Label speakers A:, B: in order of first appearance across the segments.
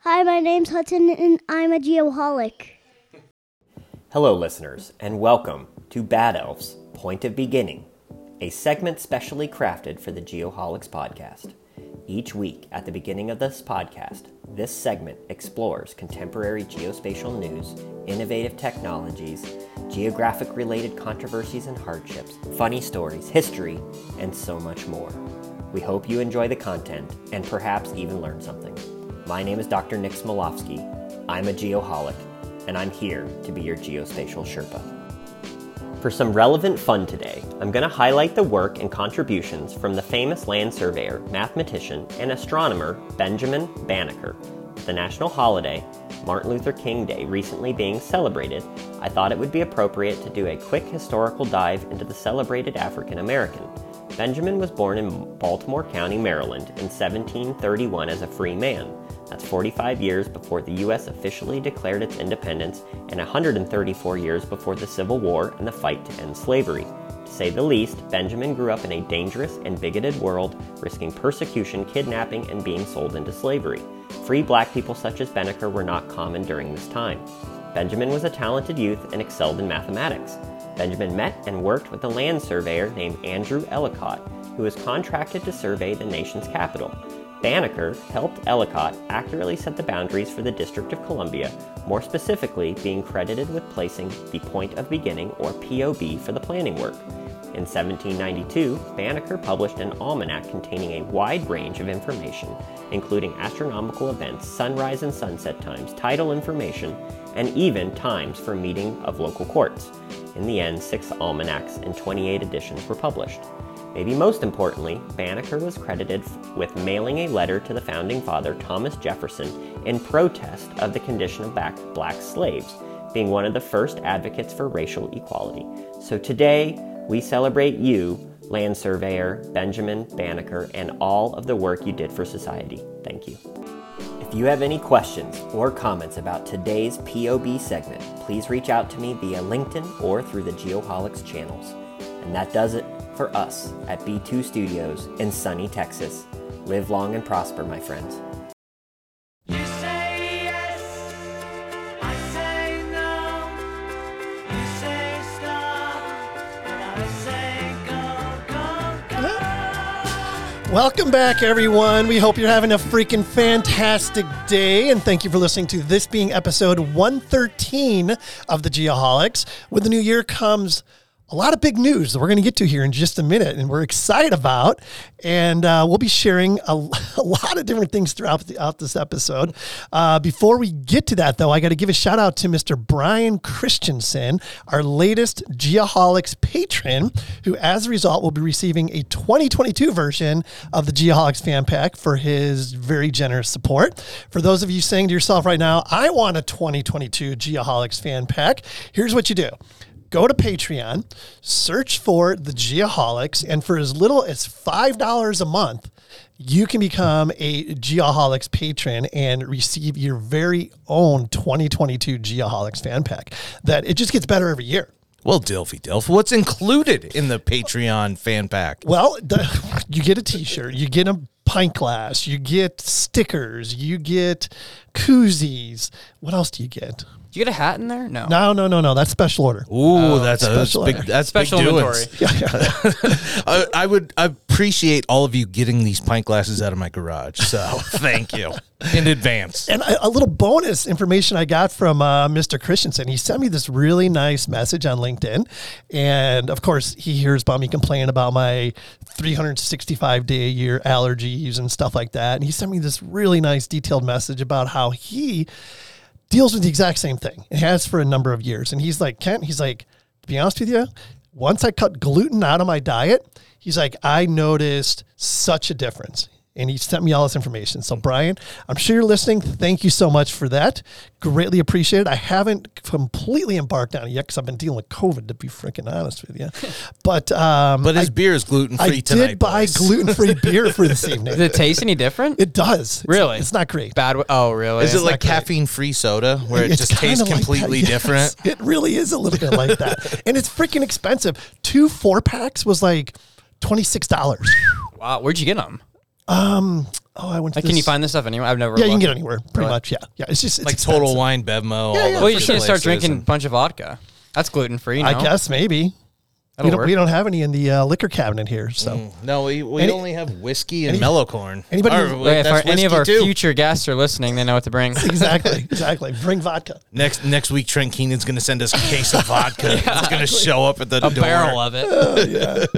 A: Hi, my name's Hudson, and I'm a geoholic.
B: Hello, listeners, and welcome to Bad Elves Point of Beginning, a segment specially crafted for the Geoholics podcast. Each week, at the beginning of this podcast, this segment explores contemporary geospatial news, innovative technologies, geographic related controversies and hardships, funny stories, history, and so much more. We hope you enjoy the content and perhaps even learn something. My name is Dr. Nick Smolofsky. I'm a geoholic and I'm here to be your geospatial Sherpa. For some relevant fun today, I'm going to highlight the work and contributions from the famous land surveyor, mathematician, and astronomer Benjamin Banneker. With the national holiday, Martin Luther King Day, recently being celebrated, I thought it would be appropriate to do a quick historical dive into the celebrated African American. Benjamin was born in Baltimore County, Maryland in 1731 as a free man. That's 45 years before the U.S. officially declared its independence and 134 years before the Civil War and the fight to end slavery. To say the least, Benjamin grew up in a dangerous and bigoted world, risking persecution, kidnapping, and being sold into slavery. Free black people such as Benneker were not common during this time. Benjamin was a talented youth and excelled in mathematics. Benjamin met and worked with a land surveyor named Andrew Ellicott, who was contracted to survey the nation's capital. Banneker helped Ellicott accurately set the boundaries for the District of Columbia, more specifically, being credited with placing the point of beginning or POB for the planning work. In 1792, Banneker published an almanac containing a wide range of information, including astronomical events, sunrise and sunset times, tidal information, and even times for meeting of local courts. In the end, six almanacs and 28 editions were published. Maybe most importantly, Banneker was credited f- with mailing a letter to the founding father Thomas Jefferson in protest of the condition of back- black slaves, being one of the first advocates for racial equality. So today, we celebrate you, land surveyor Benjamin Banneker, and all of the work you did for society. Thank you. If you have any questions or comments about today's POB segment, please reach out to me via LinkedIn or through the Geoholics channels. And that does it for us at B2 Studios in sunny Texas. Live long and prosper, my friends.
C: You say yes, I say no. You say stop, and I say go, go, go.
D: Welcome back, everyone. We hope you're having a freaking fantastic day, and thank you for listening to this being episode 113 of the Geoholics. With the new year comes a lot of big news that we're going to get to here in just a minute, and we're excited about. And uh, we'll be sharing a, a lot of different things throughout, throughout this episode. Uh, before we get to that, though, I got to give a shout out to Mr. Brian Christensen, our latest Geoholics patron, who, as a result, will be receiving a 2022 version of the Geoholics fan pack for his very generous support. For those of you saying to yourself right now, I want a 2022 Geoholics fan pack, here's what you do. Go to Patreon, search for the Geoholics, and for as little as $5 a month, you can become a Geoholics patron and receive your very own 2022 Geoholics fan pack. That it just gets better every year.
E: Well, Dilfy Dilf, what's included in the Patreon fan pack?
D: Well, the, you get a T-shirt, you get a pint glass, you get stickers, you get koozies. What else do you get?
F: Did you get a hat in there? No.
D: No, no, no, no. That's special order.
E: Ooh, that's a that's
D: uh, special
E: big.
D: order.
E: That's
F: Special
E: big
F: inventory.
E: doings. I, I would appreciate all of you getting these pint glasses out of my garage. So thank you in advance.
D: And a, a little bonus information I got from uh, Mr. Christensen. He sent me this really nice message on LinkedIn, and of course, he hears about me complaining about my 365 day a year allergies and stuff like that. And he sent me this really nice detailed message about how he deals with the exact same thing and has for a number of years. And he's like, Kent, he's like, to be honest with you, once I cut gluten out of my diet, he's like, I noticed such a difference. And he sent me all this information. So, Brian, I'm sure you're listening. Thank you so much for that. Greatly appreciated. I haven't completely embarked on it yet because I've been dealing with COVID, to be freaking honest with you. But um,
E: But his
D: I,
E: beer is gluten
D: I
E: free
D: did
E: tonight.
D: buy
E: boys.
D: gluten free beer for this evening.
F: Did it taste any different?
D: It does. It's-
F: Really?
D: It's not great.
F: Bad. Oh, really?
E: Is it like
D: not great.
E: caffeine free soda where it
D: It's
E: just tastes
D: kinda like
E: completely
D: that, yes.
E: different?
D: It really is a little bit like that. And it's freaking expensive. Two four packs was like $26.
F: wow. Where'd you get them?
D: oh, I went. To
F: Like, can you
D: this-
F: find this stuff anywhere? I've never.
D: Yeah, you can
F: looked.
D: get anywhere, pretty
F: Really?
D: much. Yeah, yeah. It's just it's
E: like Total
D: expensive.
E: Wine, Bevmo.
D: Yeah,
E: all
D: yeah.
E: over
F: Well, you're
E: the
F: just gonna
E: places
F: start drinking a
E: and-
F: bunch of vodka. That's gluten free.
D: I guess maybe.
F: That'll
D: We don't,
F: work. Mm.
D: we don't have any in the uh, liquor cabinet here, so
E: No, we, we
D: Any-
E: only have whiskey and mellow corn.
D: anybody
E: Or,
D: who-
E: wait,
F: Well, if
E: that's
F: our, any of
E: whiskey
F: our
E: too.
F: future guests are listening, they know what to bring.
D: exactly, exactly. Bring vodka.
E: next next week, Trent Keenan's going to send us a case of vodka. It's going to show up at the
F: a
E: door.
F: barrel of it.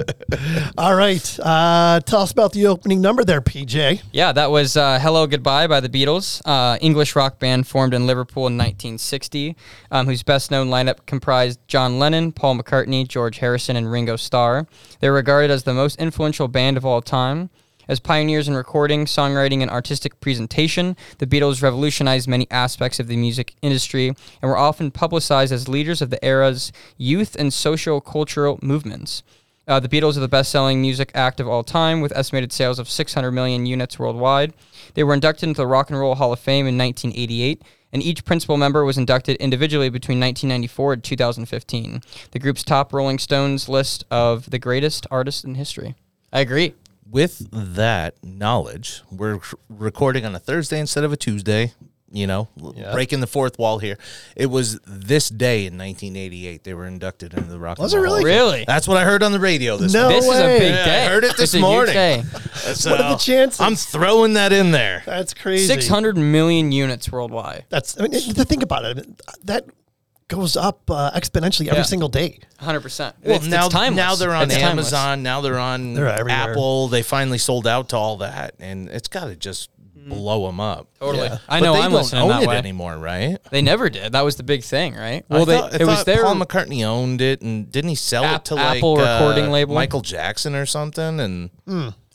D: All right, uh, tell us about the opening number there, PJ.
F: Yeah, that was uh, "Hello Goodbye" by the Beatles, uh, English rock band formed in Liverpool in 1960, um, whose best-known lineup comprised John Lennon, Paul McCartney, George Harrison, and Ringo Starr. They're regarded as the most influential band of all time. As pioneers in recording, songwriting, and artistic presentation, the Beatles revolutionized many aspects of the music industry and were often publicized as leaders of the era's youth and social cultural movements. Uh, the Beatles are the best-selling music act of all time, with estimated sales of 600 million units worldwide. They were inducted into the Rock and Roll Hall of Fame in 1988, and each principal member was inducted individually between 1994 and 2015. The group's top Rolling Stones list of the greatest artists in history. I agree.
E: with that knowledge, we're c- recording on a Thursday instead of a Tuesday. You know, l- breaking the fourth wall here. It was this day in 1988 they were inducted into the Rock.
D: Was
E: and
D: it
E: Roll
D: really?
E: Hall of Fame.
F: Really?
E: That's what I heard on the radio this
D: No.
E: morning.
F: this is
D: way.
F: a big
D: Yeah, I
F: day.
E: heard it this
F: It's a huge
E: morning.
F: day.
E: So,
D: What are the chances?
E: I'm throwing that in there.
D: That's crazy.
F: 600 million units worldwide.
D: That's I mean, to think about it. That goes up uh, exponentially every
F: Yeah.
D: single day.
F: 100%.
E: Well,
F: it's,
E: now
F: it's timeless.
E: now they're on
F: It's timeless.
E: Amazon. Now they're on
D: They're everywhere.
E: Apple. They finally sold out to all that, and it's got to just
D: Mm-hmm.
E: blow them up.
F: Totally.
E: But
F: I know
E: they
F: I'm
E: don't
F: listening
E: own
F: that
E: it
F: way.
E: anymore, right?
F: They never did. That was the big thing, right?
E: I
F: Well, they
E: thought- I
F: it was
E: thought
F: their
E: Paul McCartney owned it, and didn't he sell
F: App-
E: it to like
F: Apple
E: uh,
F: recording label?
E: Michael Jackson or something? And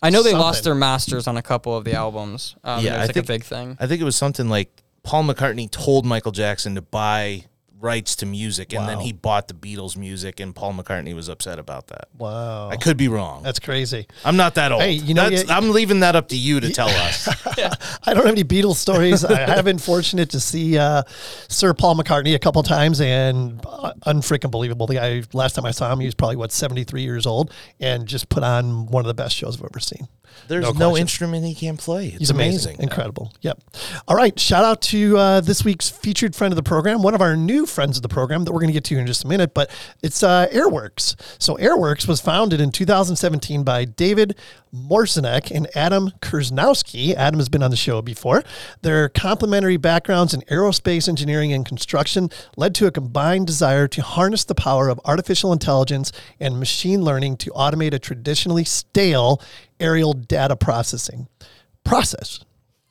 F: I know they
D: Something.
F: lost their masters on a couple of the albums. Um,
E: yeah,
F: yeah, it was
E: I
F: like
E: think
F: a big thing.
E: I think it was something like Paul McCartney told Michael Jackson to buy rights to music, and then he bought the Beatles music, and Paul McCartney was upset about that.
D: Wow,
E: I could be wrong.
D: that's crazy.
E: I'm not that old.
D: Hey, you know,
E: That's-
D: you-
E: I'm leaving that up to you to tell us.
D: I don't have any Beatles stories. I have been fortunate to see uh, Sir Paul McCartney a couple times, and uh, unfreaking believable. The guy last time I saw him, he was probably what seventy three years old, and just put on one of the best shows I've ever seen.
E: There's
D: No
E: no,
D: question.
E: instrument he can't play. It's
D: He's amazing,
E: amazing.
D: incredible. Yep. All right. Shout out to uh, this week's featured friend of the program, one of our new friends of the program that we're going to get to in just a minute. But it's uh, Airworks. So Airworks was founded in 2017 by David Morsenek and Adam Kursnowski. Adam has been on the show before. Their complementary backgrounds in aerospace engineering and construction led to a combined desire to harness the power of artificial intelligence and machine learning to automate a traditionally stale aerial data processing process.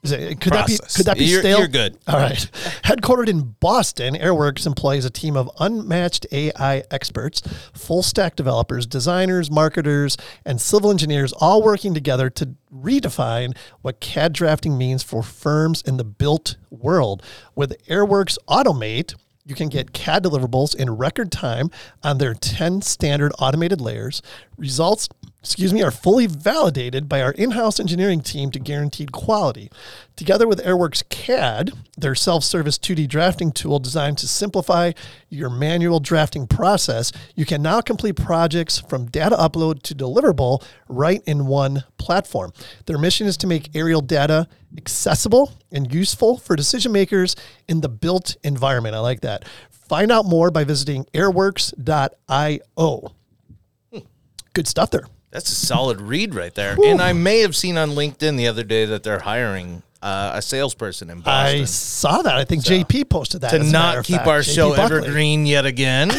D: Is it, could that be
E: Process.
D: could that be
E: You're-
D: stale?
E: you're good.
D: All right. Headquartered in Boston, Airworks employs a team of unmatched AI experts, full stack developers, designers, marketers, and civil engineers, all working together to redefine what CAD drafting means for firms in the built world. With Airworks Automate, you can get CAD deliverables in record time on their 10 standard automated layers. Results, excuse me, are fully validated by our in-house engineering team to guaranteed quality. Together with Airworks CAD, their self-service 2D drafting tool designed to simplify your manual drafting process, you can now complete projects from data upload to deliverable right in one platform. Their mission is to make aerial data accessible and useful for decision makers in the built environment. I like that. Find out more by visiting airworks.io. Hmm. Good stuff there.
E: That's a solid read right there. And I may have seen on LinkedIn the other day that they're hiring uh, a salesperson in Boston.
D: I saw that. I think JP posted that.
E: to
D: as a matter
E: not
D: of
E: keep
D: fact.
E: our
D: JP
E: show
D: Buckley.
E: evergreen yet again.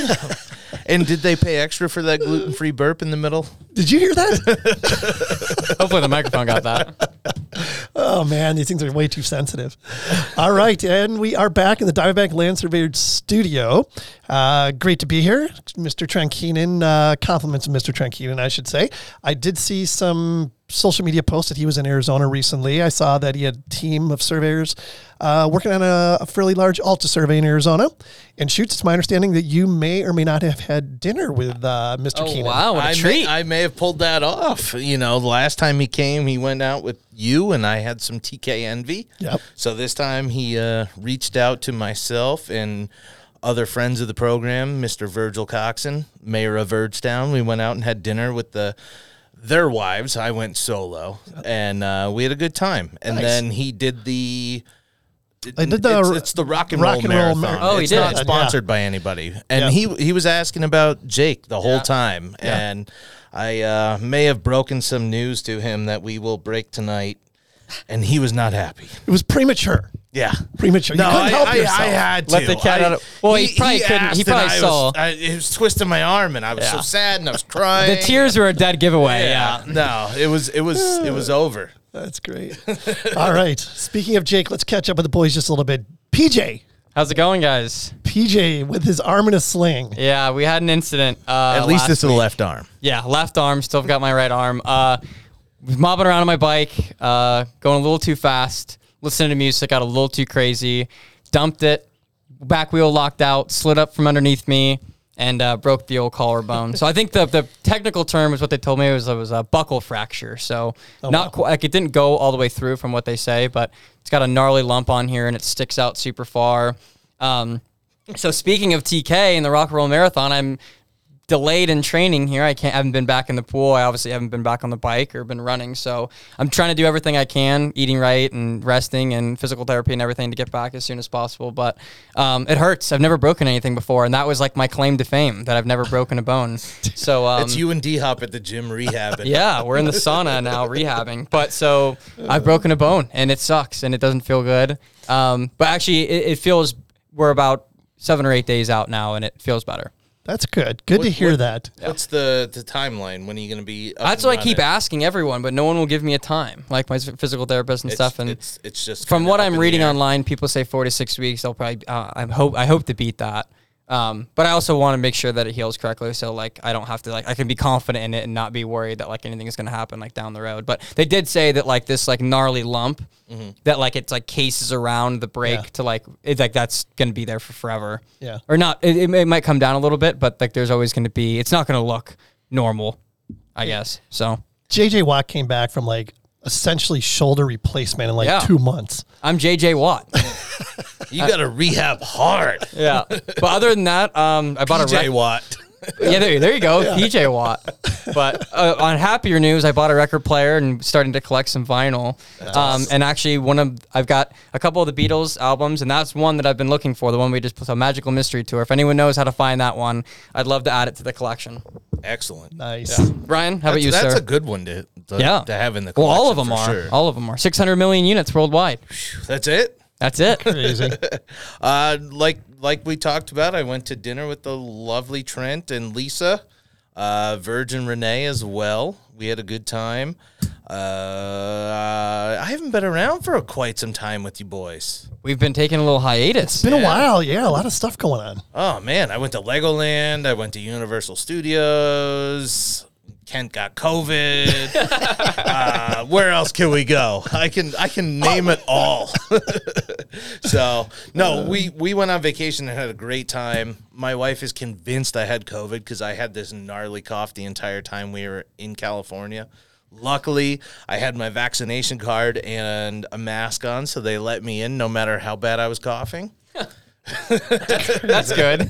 E: and did they pay extra for that gluten free burp in the middle?
D: Did you hear that?
F: Hopefully the microphone got that.
D: oh man, these things are way too sensitive. All right, and we are back in the Diamondback Land Surveyor studio. Uh, great to be here, Mr. Trent Keenan. Uh, compliments of Mr. Trent Keenan, I should say. I did see some social media posts that he was in Arizona recently. I saw that he had a team of surveyors uh, working on a, a fairly large Alta survey in Arizona. And shoots, it's my understanding that you may or may not have had dinner with uh, Mr.
F: Oh,
D: Keenan.
F: wow. What a
E: I May,
F: treat.
E: I may have pulled that off. You know, the last time he came, he went out with you, and I had some TK envy.
D: Yep.
E: So this time he uh, reached out to myself and other friends of the program, Mr. Virgil Coxon, mayor of Vergetown. We went out and had dinner with the their wives. I went solo, and uh, we had a good time. And
D: Nice.
E: then he did the.
D: I did the-
E: it's, it's the rock and
D: Rock
E: roll
D: and Roll
E: marathon.
D: Mar-
F: Oh, he
E: it's
F: did.
E: not
F: Yeah.
E: sponsored by anybody, and he he was asking about Jake the whole time, and I uh, may have broken some news to him that we will break tonight, and he was not happy.
D: It was premature.
E: Yeah.
D: Premature. You
E: No,
D: couldn't
E: I,
D: help
E: I,
D: yourself.
E: I had to.
F: Let the cat
E: I-
F: out of- Well, he probably couldn't- he
E: asked and
F: probably
E: I
F: saw.
E: Was, I, he was twisting my arm, and I was so
F: Yeah.
E: sad, and I was crying.
F: The tears were a dead giveaway.
E: Yeah.
F: Yeah.
E: No, it was it was it was over.
D: That's great. All right. Speaking of Jake, let's catch up with the boys just a little bit. PJ,
F: How's it going, guys?
D: PJ with his arm in a sling.
F: Yeah, we had an incident. Uh,
E: At least
F: last
E: it's the left arm.
F: Yeah, left arm. Still got my right arm. Uh, was mobbing around on my bike, uh, going a little too fast, listening to music, got a little too crazy, dumped it, back wheel locked out, slid up from underneath me, and uh, broke the old collarbone. so I think the, the technical term is what they told me was it was a buckle fracture. So not quite like it didn't go all the way through from what they say, but it's got a gnarly lump on here and it sticks out super far. Um, so speaking of TK and the Rock and Roll Marathon, I'm delayed in training here. I can't haven't been back in the pool. I obviously haven't been back on the bike or been running. So I'm trying to do everything I can, eating right and resting and physical therapy and everything to get back as soon as possible. But um, it hurts. I've never broken anything before, and that was like my claim to fame that I've never broken a bone. So um,
E: It's you and D Hop at the gym rehabbing.
F: yeah, we're in the sauna now rehabbing. But so I've broken a bone and it sucks and it doesn't feel good. Um, but actually, it, it feels we're about seven or eight days out now and it feels better.
D: That's good. Good to
E: What-
D: hear
E: what-
D: that.
E: What's the the timeline? When are you going to be? up
F: That's
E: and
F: what I keep
E: running?
F: asking everyone, but no one will give me a time, like my physical therapist and
E: It's,
F: stuff. And
E: it's, it's just
F: from
E: kinda
F: what
E: up in
F: I'm
E: the
F: reading
E: air.
F: online, people say four to six weeks. I'll probably, uh, I hope, I hope to beat that. Um, but I also want to make sure that it heals correctly, so like I don't have to like I can be confident in it and not be worried that like anything is going to happen like down the road. But they did say that like this like gnarly lump
E: Mm-hmm.
F: that like it's like cases around the break
D: Yeah.
F: to like it's like that's going to be there for forever.
D: Yeah.
F: or not. It, it, may- it might come down a little bit, but like there's always going to be. It's not going to look normal, I guess. So
D: JJ Watt came back from like essentially shoulder replacement in like
F: Yeah.
D: two months.
F: I'm JJ Watt.
E: you got to rehab hard.
F: yeah, but other than that, um, I bought a
E: J
F: rec-
E: Watt.
F: yeah, there, there you go, PJ Watt. But uh, on happier news, I bought a record player and starting to collect some vinyl. Um, and actually, one of I've got a couple of the Beatles albums, and that's one that I've been looking for. The one we just put a Magical Mystery Tour. If anyone knows how to find that one, I'd love to add it to the collection.
E: Excellent.
D: Nice.
F: Brian, how about
E: That's,
F: you,
E: that's
F: sir?
E: a good one to, to,
F: yeah,
E: to have in the
F: well, all of them
E: collection
F: are.
E: for sure.
F: All of them are. Six hundred million units worldwide.
E: That's it.
F: That's it.
D: Crazy.
E: Uh, like like we talked about, I went to dinner with the lovely Trent and Lisa, uh, Virgin Renee as well. We had a good time. Uh, I haven't been around for quite some time with you boys.
F: We've been taking a little hiatus.
D: Been a while. Oh, Yeah, a lot of stuff going on.
E: Oh man, I went to Legoland. I went to Universal Studios. Kent got COVID. uh, where else can we go? I can I can name it all. so no,
D: Uh,
E: we we went on vacation and had a great time. My wife is convinced I had COVID because I had this gnarly cough the entire time we were in California. Luckily, I had my vaccination card and a mask on, so they let me in no matter how bad I was coughing.
F: That's good.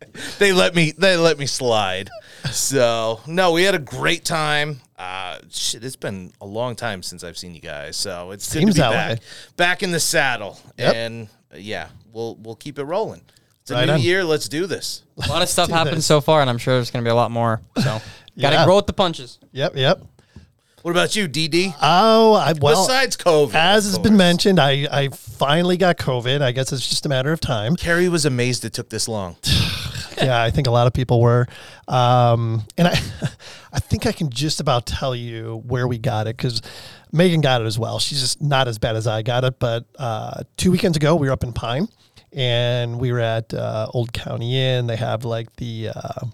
E: they let me they let me slide. So no, we had a great time. Uh, shit, it's been a long time since I've seen you guys, so it's good
D: Seems
E: to be
D: that
E: back
D: way.
E: back in the saddle. And uh, yeah, we'll we'll keep it rolling. It's a
D: Right
E: new
D: on.
E: year. Let's do this.
F: a lot of stuff
D: do
F: happened
D: this.
F: so far, and I'm sure there's going to be a lot more. So, got to
D: Yeah.
F: roll with the punches.
D: Yep, yep.
E: What about you, DD?
D: Oh, I well.
E: Besides COVID,
D: as
E: of
D: has been
E: course.
D: mentioned, I, I finally got COVID. I guess it's just a matter of time.
E: Carrie was amazed it took this long.
D: yeah, I think a lot of people were. Um, and I, I think I can just about tell you where we got it because Megan got it as well. She's just not as bad as I got it. But uh, two weekends ago, we were up in Pine and we were at uh, Old County Inn. They have like the uh,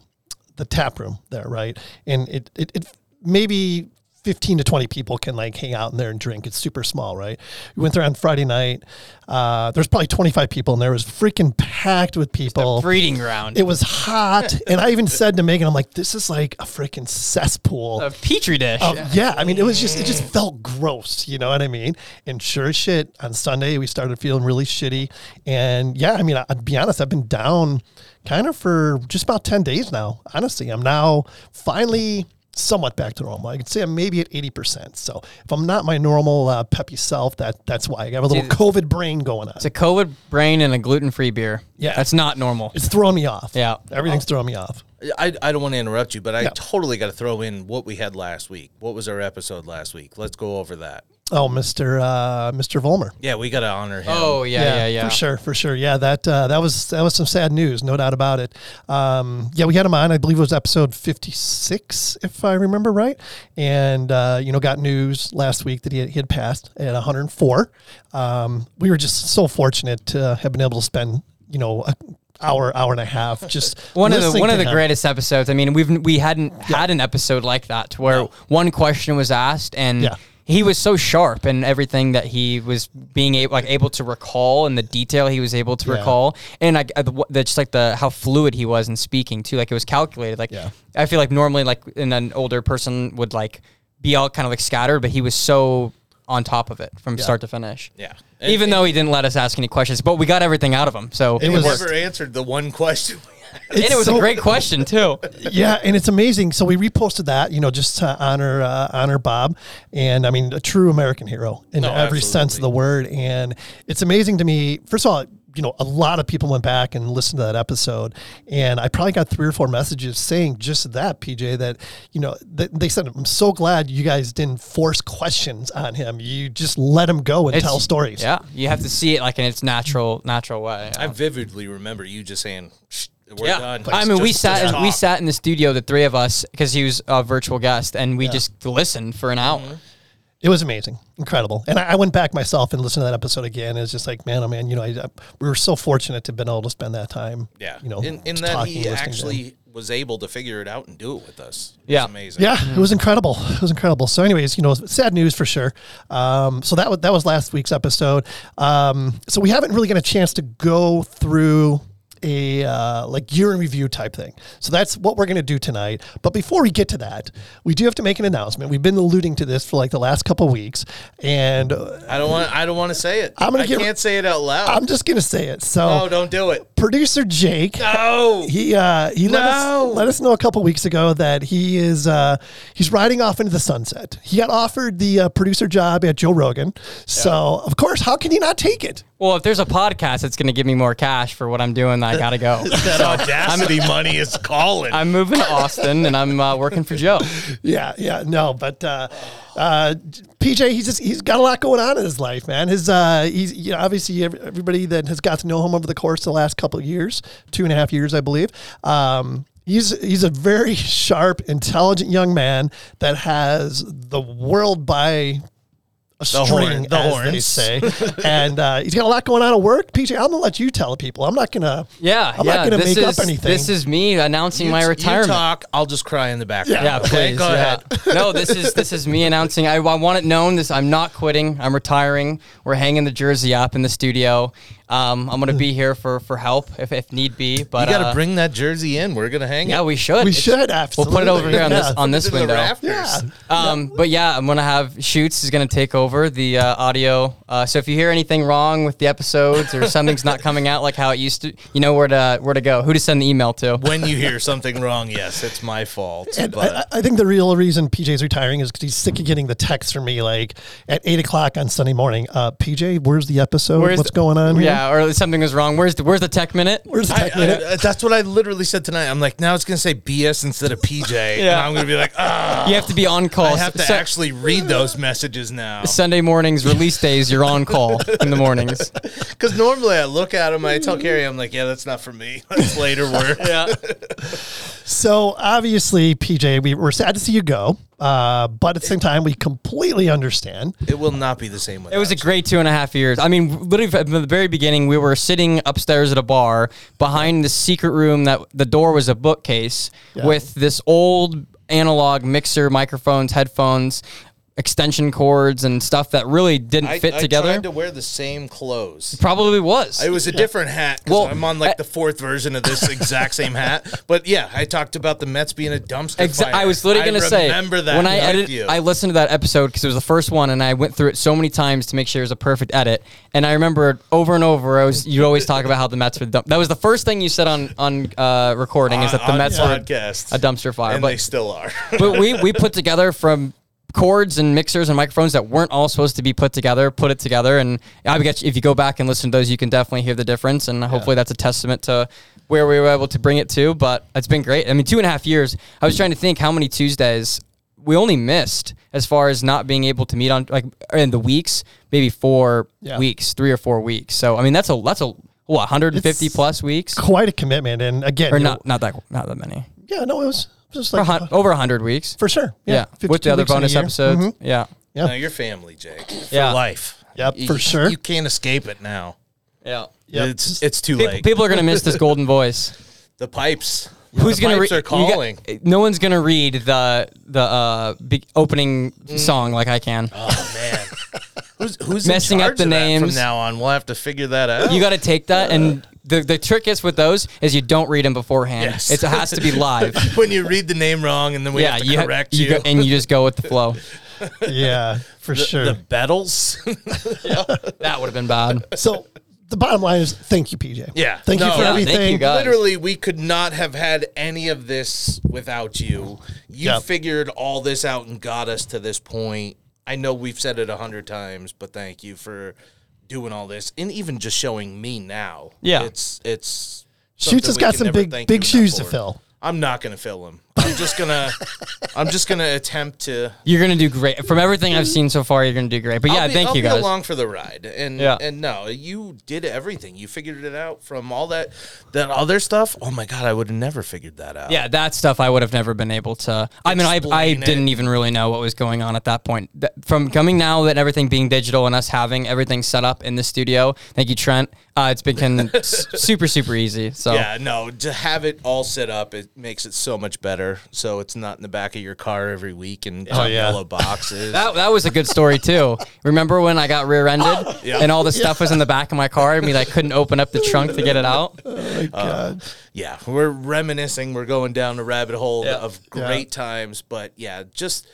D: the tap room there, right? And it, it, it maybe 15 to 20 people can like hang out in there and drink. It's super small, right? We went there on Friday night. Uh, there's probably 25 people and there It was freaking packed with people.
F: Breeding ground.
D: It was hot, and I even said to Megan, "I'm like, this is like a freaking cesspool."
F: a petri dish.
D: of- yeah, I mean, it was just it just felt gross. You know what I mean? And sure as shit, on Sunday we started feeling really shitty. And yeah, I mean, I, I'll be honest, I've been down kind of for just about ten days now. Honestly, I'm now finally somewhat back to normal. I could say I'm maybe at 80%. So if I'm not my normal uh, peppy self, that that's why I have a little
F: Dude.
D: COVID brain going on.
F: It's a COVID brain and a gluten free beer.
D: Yeah.
F: That's not normal.
D: It's throwing me off.
F: Yeah.
D: Everything's throwing me off.
E: I, I don't want to interrupt you, but I
D: Yeah.
E: totally got to throw in what we had last week. What was our episode last week? Let's go over that.
D: Oh, Mr. Uh, Mr. Vollmer.
E: Yeah, we got to honor him.
F: Oh, yeah, yeah, yeah.
D: for sure, for sure. Yeah, that uh, that was that was some sad news, no doubt about it. Um, yeah, we had him on. I believe it was episode fifty six, if I remember right. And uh, you know, got news last week that he had, he had passed at one hundred and four. Um, we were just so fortunate to have been able to spend you know an hour, hour and a half just
F: One of the
D: listening
F: one
D: to
F: of the
D: him.
F: greatest episodes. I mean, we've we hadn't had an episode like that to where one question was asked and
D: Yeah.
F: he was so sharp in everything that he was being able like able to recall and the detail he was able to
D: Yeah.
F: recall and like uh, the, wh- the- just like the how fluid he was in speaking too. Like it was calculated. Like
D: Yeah.
F: I feel like normally like in an older person would like be all kind of like scattered, but he was so on top of it from start to finish.
E: Yeah.
F: Even though he didn't let us ask any questions, but we got everything out of him. So
D: It
E: He
D: was-
E: never answered the one question.
F: and it was
D: so-
F: a great question too.
D: yeah, and it's amazing. So we reposted that, you know, just to honor uh, honor Bob, and I mean, a true American hero in
E: No,
D: every sense of the word. And it's amazing to me. First of all, you know, a lot of people went back and listened to that episode, and I probably got three or four messages saying just that, PJ, that you know, th- they said, "I'm so glad you guys didn't force questions on him. You just let him go and
F: It's-
D: tell stories."
F: Yeah, you have to see it like in its natural natural way.
E: I vividly remember you just saying, "Shh, we're
F: yeah,
E: done.
F: I mean, we
E: Just-
F: sat
E: just
F: we
E: talk."
F: sat in the studio, the three of us, because he was a virtual guest, and we just listened for an hour.
E: Mm-hmm.
D: It was amazing, incredible, and I, I went back myself and listened to that episode again. It was just like, man, oh man, you know, I, I- we were so fortunate to have been able to spend that time.
E: Yeah.
D: you know,
E: in, in
D: just
E: that
D: talking,
E: he
D: listening to him.
E: actually was able to figure it out and do it with us. It was
F: Yeah.
E: amazing.
D: yeah, it was incredible. It was incredible. So, anyways, you know, sad news for sure. Um, so that was that was last week's episode. Um, so we haven't really got a chance to go through a uh, like year in review type thing. So that's what we're going to do tonight. But before we get to that, we do have to make an announcement. We've been alluding to this for like the last couple weeks, and uh,
E: I don't want. I don't want to say it.
D: I'm gonna
E: I
D: get-
E: can't say it out loud.
D: I'm just going to say it. So.
E: no, don't do it.
D: producer Jake.
E: No.
D: He uh, he let
E: No.
D: us let us know a couple weeks ago that he is uh, he's riding off into the sunset. He got offered the uh, producer job at Joe Rogan, so of course, how can you not take it?
F: Well, if there's a podcast that's going to give me more cash for what I'm doing, I gotta go.
E: That audacity money is calling.
F: I'm moving to Austin, and I'm uh, working for Joe.
D: Yeah, yeah, no, but uh, uh, PJ, he's just he's got a lot going on in his life, man. His uh, he's you know, obviously ev- everybody that has got to know him over the course of the last couple of years, two and a half years, I believe. Um, he's he's a very sharp, intelligent young man that has the world by. A
E: The
D: string,
E: horn- the
D: as they
E: horns.
D: say, and uh, he's got a lot going on at work. PJ, I'm gonna let you tell people. I'm not gonna,
F: Yeah,
D: I'm
F: yeah.
D: not gonna
F: this
D: make
F: is,
D: up anything.
F: This is me announcing
E: You
F: my
E: t-
F: retirement.
E: You talk. I'll just cry in the background.
F: Yeah, please.
E: Go
F: yeah.
E: ahead.
F: no, this is this is me announcing. I, I want it known. This I'm not quitting. I'm retiring. We're hanging the jersey up in the studio. Um, I'm gonna be here for for help if, if need be. But
E: You got to
F: uh,
E: bring that jersey in. We're gonna hang
F: Yeah,
E: it.
F: we should.
D: we
F: It's-
D: should.
F: We'll put it over here on
D: absolutely.
F: this on
E: To
F: this
E: the
F: window.
E: rafters.
D: Yeah.
F: Um, but yeah, I'm gonna have Shoots is gonna take over the uh, audio. Uh, so if you hear anything wrong with the episodes or something's not coming out like how it used to, you know where to where to go, who to send the email to.
E: When you hear something wrong, yes, it's my fault.
D: And uh,
E: but
D: I, I- I think the real reason PJ's retiring is because he's sick
F: Mm-hmm.
D: of getting the text from me like at eight o'clock on Sunday morning. Uh, PJ, where's the episode?
F: Where's
D: What's
F: the-
D: going on here?
F: Yeah, or something was wrong. Where's the where's the tech minute?
D: Where's the
E: I-
D: tech minute?
E: I- I- that's what I literally said tonight. I'm like, now it's gonna say BS instead of PJ. And I'm gonna be like, ah.
F: You have to be on call.
E: I have to
F: So-
E: actually read those messages now.
F: Sunday mornings, release days, you're on call in the mornings.
E: Because normally I look at them, I tell Carrie, I'm like, yeah, that's not for me. That's later work. yeah.
D: so obviously, PJ, we, we're sad to see you go, uh, but at the same time, we completely understand.
E: It will not be the same way.
F: It was a great two and a half years. I mean, literally from the very beginning, we were sitting upstairs at a bar behind the secret room that the door was a bookcase with this old analog mixer, microphones, headphones. extension cords and stuff that really didn't
E: I,
F: fit
E: I
F: together.
E: tried to wear the same clothes.
F: Probably was.
E: It was a different hat. Well,
F: Well,
E: I'm on like
F: I-
E: the fourth version of this exact same hat. But yeah, I talked about the Mets being a dumpster
F: Exa-
E: fire.
F: I was literally going to say.
E: remember that
F: when I
E: with
F: edited.
E: you.
F: I listened to that episode because it was the first one, and I went through it so many times to make sure it was a perfect edit. And I remember over and over, I was you'd always talk about how the Mets were. Dump- that was the first thing you said on on uh, recording is
E: On-
F: that the
E: on
F: Mets were
E: podcast.
F: a dumpster fire.
E: and
F: but
E: they still are.
F: but we we put together from cords and mixers and microphones that weren't all supposed to be put together, put it together, and I guess if you go back and listen to those, you can definitely hear the difference, and hopefully that's a testament to where we were able to bring it to. But it's been great. I mean, two and a half years. I was trying to think how many Tuesdays we only missed as far as not being able to meet on like in the weeks, maybe four
D: Yeah.
F: weeks, three or four weeks. So I mean, that's a that's a what 150
D: It's-
F: plus weeks,
D: Quite a commitment. And again,
F: or
D: you know-
F: not not that not that many,
D: Yeah, no, it was just
F: Or
D: like uh,
F: a hun- over 100 weeks.
D: for sure.
F: Yeah, with
D: 52
F: the other
D: weeks in a
F: bonus
D: year. Mm-hmm.
F: episodes. Yeah,
D: Yeah.
E: Now you're family, Jake. For
F: Yeah.
E: life.
D: Yep,
E: You-
D: for sure.
E: You can't escape it now.
F: yeah.
D: Yep.
E: It's it's too
F: People,
E: late.
F: people are gonna miss this golden voice.
E: the pipes.
F: Who's
E: the
F: gonna
E: pipes
F: read?
E: are calling?
F: no one's gonna read the the uh, be- opening song like I can.
E: Mm. oh man. Who's who's in
F: Messing up
E: charge
F: the
E: of that
F: names.
E: from now on? We'll have to figure that out.
F: you got to take that, and the the trick is with those is you don't read them beforehand.
E: Yes.
F: It has to be live.
E: when you read the name wrong, and then we
F: yeah,
E: have to
F: you ha-
E: correct
F: you
E: you.
F: go, and you just go with the flow.
D: yeah, for sure.
E: The Bettles.
F: That would have been bad.
D: so the bottom line is thank you, PJ.
E: Yeah.
D: Thank you
E: No.
D: for
E: Yeah,
F: thank
D: everything.
F: you, guys.
E: Literally, we could not have had any of this without you. You
D: Yep.
E: figured all this out and got us to this point. I know we've said it a hundred times, but thank you for doing all this and even just showing me now.
F: Yeah.
E: it's it's.
D: Shoots has
E: something we
D: got
E: can
D: some
E: never
D: big
E: thank
D: big
E: you
D: shoes
E: enough
D: to
E: for.
D: fill.
E: I'm not gonna fill them. I'm just gonna, I'm just gonna attempt to.
F: You're gonna do great. From everything I've seen so far, you're gonna do great. But yeah,
E: I'll be,
F: thank
E: I'll
F: you
E: be
F: guys.
E: along for the ride, and
F: Yeah.
E: and no, you did everything. You figured it out from all that that other stuff. Oh my god, I would have never figured that out.
F: Yeah, that stuff I would have never been able to. I mean, I, I
E: Explain it.
F: didn't even really know what was going on at that point. Th- From coming now that everything being digital and us having everything set up in the studio, thank you, Trent. Uh, it's been s- super, super easy. So
E: Yeah, no, to have it all set up, it makes it so much better. So it's not in the back of your car every week and oh,
D: yeah.
E: yellow boxes.
F: that, that was a good story, too. Remember when I got rear ended
E: Yeah.
F: and all the stuff was in the back of my car? I mean, I couldn't open up the trunk to get it out.
D: God.
E: yeah, we're reminiscing. We're going down a rabbit hole
F: Yeah.
E: of great times. But yeah, just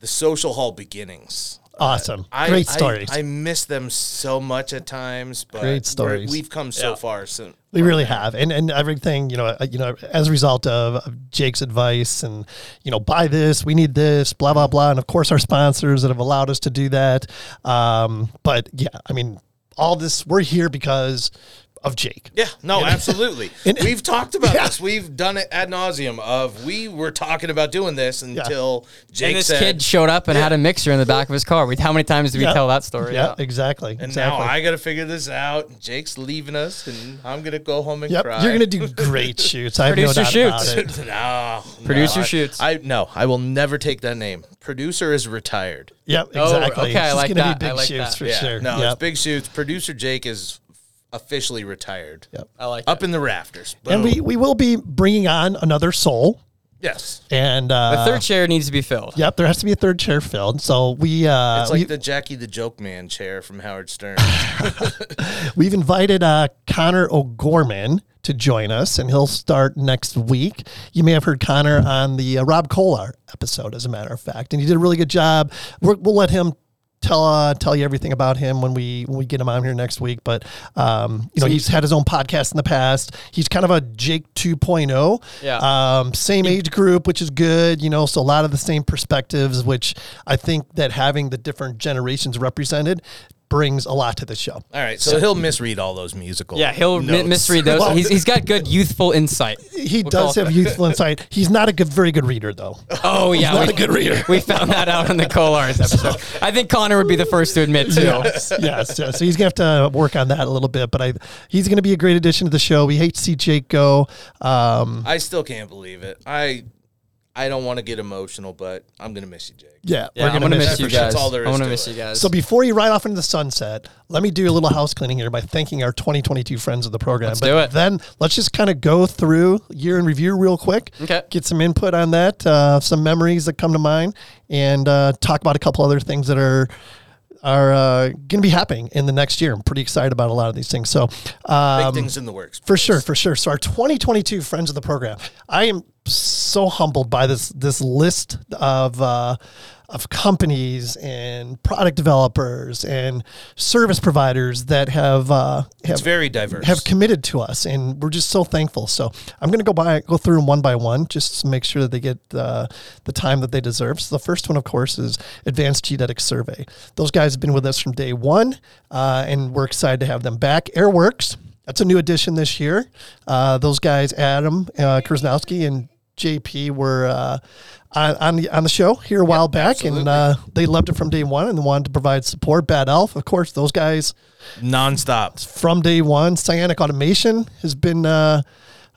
E: the social hall beginnings.
D: Awesome. Great stories.
E: I, miss them so much at times. But
D: Great
E: we're-
D: stories.
E: We've come so far. So
D: We really have, and and everything you know, uh, you know, as a result of, of Jake's advice, and you know, buy this, we need this, blah blah blah, and of course our sponsors that have allowed us to do that. Um, but yeah, I mean, all this we're here because of Jake.
E: Yeah, no, absolutely. we've talked about
D: Yeah.
E: this. We've done it ad nauseum. Of we were talking about doing this until Jake
F: And this
E: said,
F: kid showed up and had a mixer in the back of his car. We- How many times did we
D: Yeah.
F: tell that story?
D: Yeah, exactly.
E: "And
D: exactly.
E: now I got to figure this out." and Jake's leaving us, and I'm gonna go home and
D: yep,
E: cry.
D: you're gonna do great shoots. I have no
F: Producer
D: doubt
F: Shoots.
D: about it.
E: "Ah, no,
F: Producer
E: no, I-
F: shoots.
E: I no, I will never take that name. Producer is retired.
D: Yep, exactly.
F: Oh, okay, I
D: it's
F: like
D: gonna
F: that.
D: be
F: I
D: big
F: like
D: shoots
F: that.
D: for
E: Yeah,
D: sure.
E: no,
D: Yep.
E: it's big shoots. Producer Jake is officially retired.
D: Yep.
F: I like
E: Up
F: that.
E: in the rafters.
D: And we
E: Boom.
D: we will be bringing on another soul,
E: yes,
D: and uh,
F: The third chair needs to be filled.
D: Yep, there has to be a third chair filled. So we uh,
E: it's like
D: we,
E: the Jackie the Joke Man chair from Howard Stern.
D: We've invited uh, Connor O'Gorman to join us, and he'll start next week. You may have heard Connor on the uh, Rob Kolar episode, as a matter of fact, and he did a really good job. We're, we'll let him tell uh, tell you everything about him when we when we get him on here next week. But um, you know, he's had his own podcast in the past. He's kind of a Jake 2.0.
F: Yeah.
D: Um, same age group, which is good. You know, so a lot of the same perspectives, which I think that having the different generations represented brings a lot to the show.
E: All right, so he'll misread all those musical.
F: Yeah, he'll mi-
E: notes.
F: misread those.
D: Well-
F: he's, he's got good youthful insight.
D: He
F: We'll
D: does
F: call it
D: have youthful insight. He's not a good, very good reader, though.
F: Oh yeah, we, we found that out in the Colars episode. I think Connor would be the first to admit too.
D: yes, yes, yes. So he's gonna have to work on that a little bit. But I, he's gonna be a great addition to the show. We hate to see Jake go. Um,
E: I still can't believe it. I I don't want to get emotional, but I'm gonna miss you, Jake.
D: Yeah,
F: Yeah, I'm gonna miss you
D: for sure.
F: guys.
E: That's all there
F: I
E: is
F: want to
E: to
F: miss
E: it.
F: you guys.
D: So before you ride off into the sunset, let me do a little house cleaning here by thanking our 2022 friends of the program.
F: Let's do it.
D: Then let's just kind of go through year in review real quick.
F: Okay.
D: Get some input on that, uh, some memories that come to mind, and uh, talk about a couple other things that are are uh, going to be happening in the next year. I'm pretty excited about a lot of these things. So
E: Big
D: um,
E: things in the works
D: for sure, for sure. So our 2022 friends of the program, I am so humbled by this this list of uh, of companies and product developers and service providers that have uh, have
E: It's very diverse.
D: have committed to us, and we're just so thankful. So I'm going to go by go through them one by one, just to make sure that they get uh, the time that they deserve. So the first one, of course, is Advanced Genetic Survey. Those guys have been with us from day one, uh, and we're excited to have them back. Airworks, that's a new addition this year. Uh, those guys, Adam uh, Krasnowski and JP were uh, on, on the on the show here a while back, and uh, they loved it from day one and wanted to provide support. Bad Elf, of course, those guys
E: nonstop.
D: from day one. Cyanic Automation has been uh,